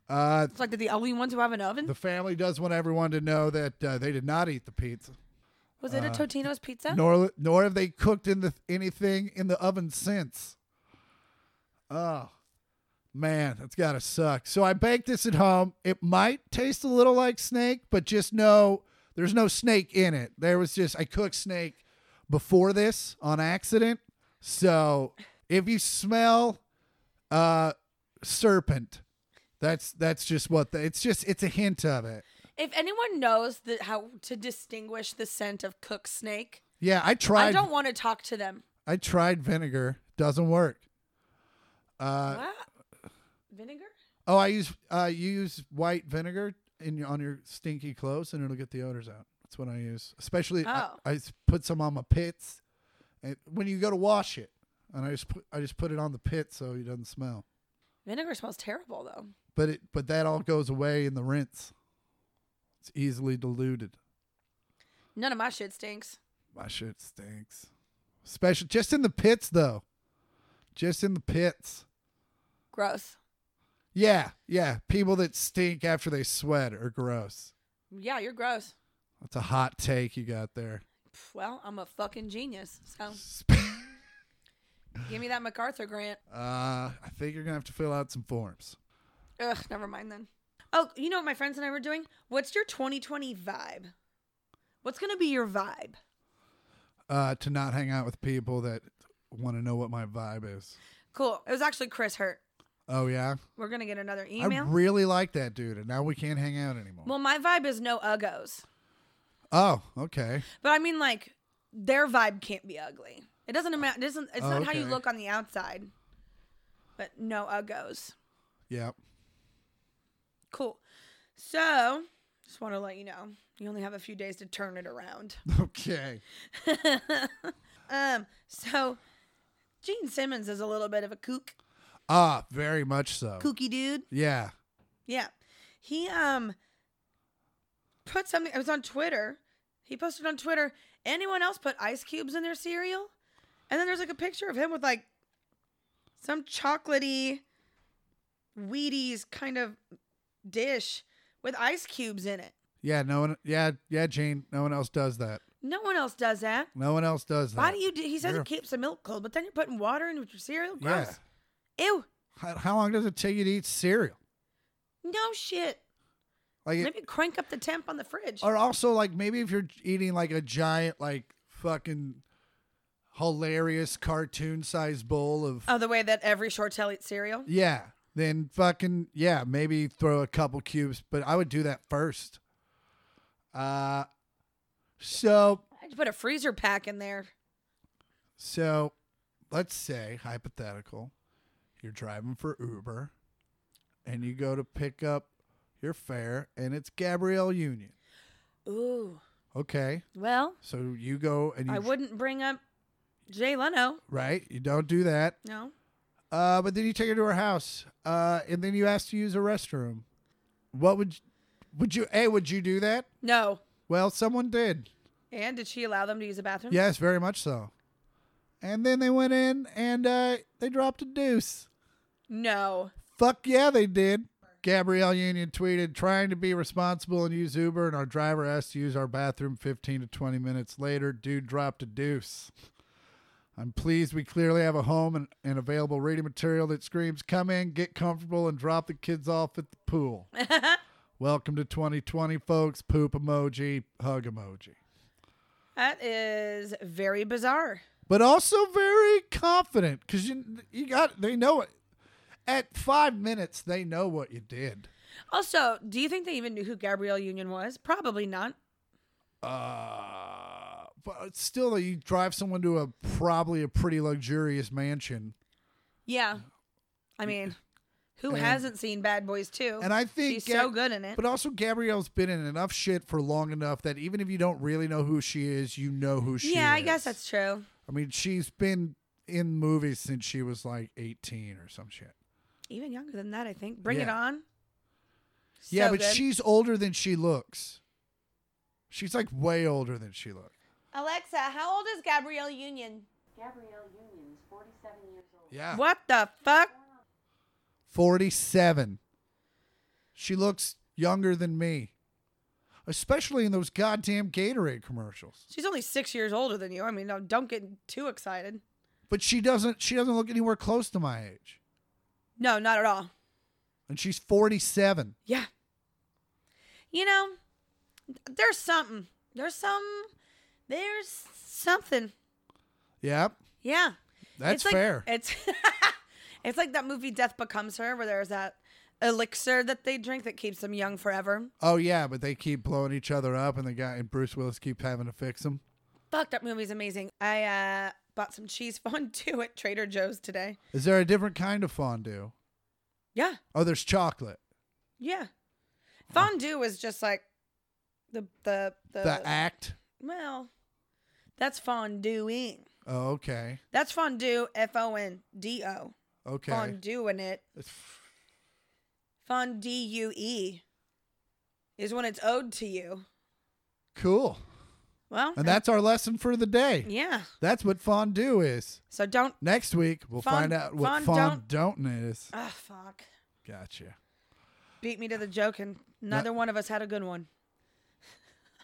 D: Uh,
C: It's like they're the only ones who have an oven.
D: The family does want everyone to know that uh, they did not eat the pizza,
C: was it a
D: uh,
C: Totino's pizza?
D: nor nor have they cooked in the, anything in the oven since. Oh man, that's gotta suck. So I baked this at home. It might taste a little like snake, but just know there's no snake in it. There was just I cooked snake before this on accident. So if you smell uh serpent, that's that's just what the, it's just it's a hint of it.
C: If anyone knows the, how to distinguish the scent of cooked snake,
D: Yeah, I tried.
C: I
D: I,
C: don't want to talk to them.
D: tried vinegar. Doesn't work. Uh,
C: what? Vinegar?
D: oh, I use uh, you use white vinegar in your, on your stinky clothes, and it'll get the odors out. That's what I use. Especially, I-
C: Oh.
D: I, s- put some on my pits, and when you go to wash it, and I just put I just put it on the pit so it doesn't smell.
C: Vinegar smells terrible though.
D: But it but that all goes away in the rinse. It's easily diluted.
C: None of my shit stinks.
D: My shit stinks. Special, just in the pits though, just in the pits.
C: Gross.
D: Yeah, yeah. People that stink after they sweat are gross.
C: Yeah, you're gross.
D: That's a hot take you got there.
C: Pff, Well, I'm a fucking genius. So give me that MacArthur grant.
D: Uh, I think you're gonna have to fill out some forms.
C: Ugh, never mind then. Oh, you know what my friends and I were doing? What's your 2020 vibe? What's gonna be your vibe?
D: Uh, to not hang out with people that want to know what my vibe is.
C: Cool. It was actually Chris Hurt.
D: Oh yeah,
C: We're gonna get another
D: I
C: email.
D: really like that dude, and now we can't hang out anymore.
C: Well, my vibe is no uggos,
D: oh, okay.
C: but I mean like their vibe can't be ugly. It doesn't matter. It doesn't. It's
D: Oh,
C: not how you
D: okay.
C: look on the outside, but no uggos.
D: Yeah.
C: Cool. So, just want to let you know, you only have a few days to turn it around.
D: Okay.
C: um, so Gene Simmons is a little bit of a kook,
D: Ah, very much so.
C: kooky dude.
D: Yeah.
C: Oh. Yeah. He um put something it was on Twitter. He posted on Twitter, anyone else put ice cubes in their cereal? And then there's like a picture of him with like some chocolatey Wheaties kind of dish with ice cubes in it.
D: Yeah. No one. Yeah. Yeah. Gene. No one else does that.
C: No one else does that.
D: No one else does that.
C: Why do you do? He says
D: You're-
C: it keeps the milk cold, but then you're putting water in with your cereal.
D: Yeah.
C: Gross. Ew.
D: How, how long does it take you to eat cereal?
C: No shit.
D: Like it,
C: Maybe crank up the temp on the fridge.
D: Or also like maybe if you're eating like a giant like fucking hilarious cartoon sized bowl of
C: Oh, the way that every Shortel eats cereal.
D: yeah, then fucking yeah, maybe throw a couple cubes, but I would do that first. Uh so
C: I just put a freezer pack in there.
D: so let's say hypothetical, you're driving for Uber and you go to pick up your fare and it's Gabrielle Union.
C: Ooh.
D: Okay.
C: Well,
D: So you go and you
C: I wouldn't bring up Jay Leno.
D: right? You don't do that.
C: No.
D: Uh, but then you take her to her house, uh, and then you ask to use a restroom. What would you, would you? A would you do that?
C: No.
D: Well, someone did.
C: And did she allow them to use the bathroom?
D: Yes, very much so. And then they went in and uh, they dropped a deuce.
C: No.
D: Fuck yeah, they did. Gabrielle Union tweeted, trying to be responsible and use Uber, and our driver asked to use our bathroom 15 to 20 minutes later. Dude dropped a deuce. I'm pleased we clearly have a home and, and available reading material that screams, come in, get comfortable, and drop the kids off at the pool. Welcome to 2020, folks. Poop emoji, hug emoji.
C: That is very bizarre.
D: but also very confident because you you got they know it. At five minutes, they know what you did.
C: Also, do you think they even knew who Gabrielle Union was? Probably not.
D: Uh, but still, you drive someone to a probably a pretty luxurious mansion,
C: Yeah. I mean, who
D: And-
C: hasn't seen Bad Boys 2?
D: and I think
C: Oh, She's
D: Gab-
C: so good in it.
D: But oh, also, Gabrielle's been in enough shit for long enough that even if you don't really know who she is, you know who she is.
C: yeah, I guess that's true.
D: I mean, she's been in movies since she was like eighteen or some shit.
C: Even younger than that, I think. Bring it
D: Yeah.
C: on.
D: Yeah,
C: So
D: but
C: good.
D: she's older than she looks. She's like way older than she looks.
C: Alexa, how old is Gabrielle Union?
E: Gabrielle Union is 47 years old.
D: Yeah.
C: What the fuck?
D: 47. She looks younger than me. Especially in those goddamn Gatorade commercials.
C: She's only six years older than you. I mean, no, don't get too excited.
D: But she doesn't she doesn't look anywhere close to my age.
C: No, not at all.
D: And she's 47.
C: Yeah. You know, there's something. There's some. There's something.
D: Yeah.
C: Yeah.
D: That's
C: it's like,
D: fair.
C: It's it's like that movie Death Becomes Her, where there's that elixir that they drink that keeps them young forever.
D: oh yeah, but they keep blowing each other up and the guy and Bruce Willis keeps having to fix them.
C: Fuck, that movie's amazing. I uh, bought some cheese fondue at Trader Joe's today.
D: Is there a different kind of fondue?
C: Yeah,
D: Oh, there's chocolate.
C: yeah. Fondue is just like the the the,
D: the act.
C: well, that's fondueing.
D: Oh, okay.
C: That's fondue, F O N D O.
D: Okay.
C: Fondueing it. Fondue is when it's owed to you.
D: Cool.
C: Well,
D: And that's our lesson for the day.
C: yeah.
D: That's what fondue is.
C: So don't.
D: Next week, we'll
C: Fond-
D: find out what
C: fondant-
D: fondant is.
C: Ah, fuck.
D: Gotcha.
C: Beat me to the joke, and neither one of us had a good one.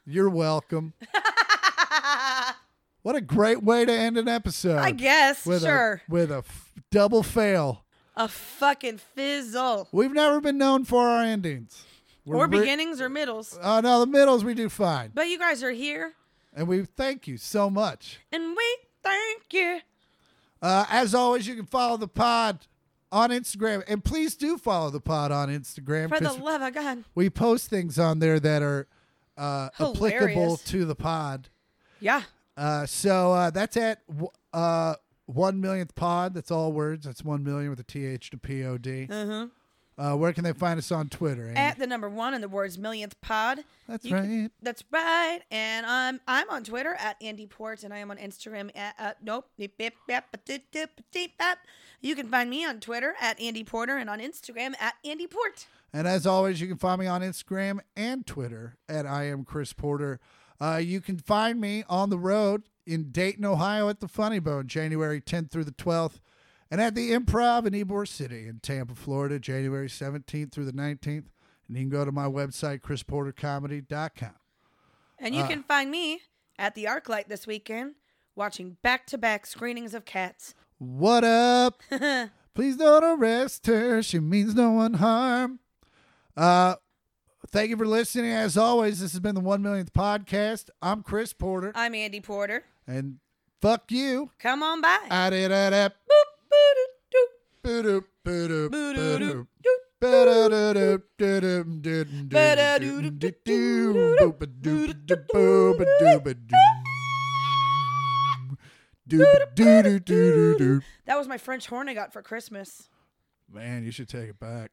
D: You're welcome. what a great way to end an episode.
C: I guess.
D: With
C: sure.
D: A, with a f- double fail.
C: A fucking fizzle.
D: We've never been known for our endings. We're
C: or
D: re-
C: beginnings or middles.
D: Oh, no, the middles we do fine.
C: But you guys are here,
D: And we thank you so much.
C: and we thank you.
D: Uh, as always, you can follow the pod on Instagram. And please do follow the pod on Instagram.
C: For the
D: 'cause
C: love of God.
D: we post things on there that are uh, applicable
C: Hilarious.
D: to the pod.
C: Yeah.
D: Uh, so uh, that's at w- uh, one millionth pod. That's all words. That's one million with a th to pod.
C: Uh-huh.
D: Uh, where can they find us on Twitter? Amy?
C: At the number one in the words millionth pod.
D: that's
C: you
D: right.
C: can- That's right. And I'm I'm on Twitter at Andy Port, and I am on Instagram at uh, nope. beep, beep, beep, ba- doop, doop, ba- deep, bap. You can find me on Twitter at Andy Porter and on Instagram at Andy Port.
D: And as always, you can find me on Instagram and Twitter at I am Chris Porter. Uh, you can find me on the road in Dayton, Ohio at the Funny Bone, January 10th through the 12th, and at the Improv in Ybor City in Tampa, Florida, January 17th through the 19th. And you can go to my website, chrisportercomedy.com.
C: And
D: Ah.
C: you can find me at the ArcLight this weekend watching back-to-back screenings of Cats.
D: What up? Please don't arrest her. She means no one harm. Uh, thank you for listening. As always, this has been the One Millionth Podcast. I'm Chris Porter,
C: I'm Andy Porter.
D: and fuck you.
C: Come on by.
D: I did it. Boop boop boop boop.
C: That was my French horn I got for Christmas.
D: Man, you should take it back.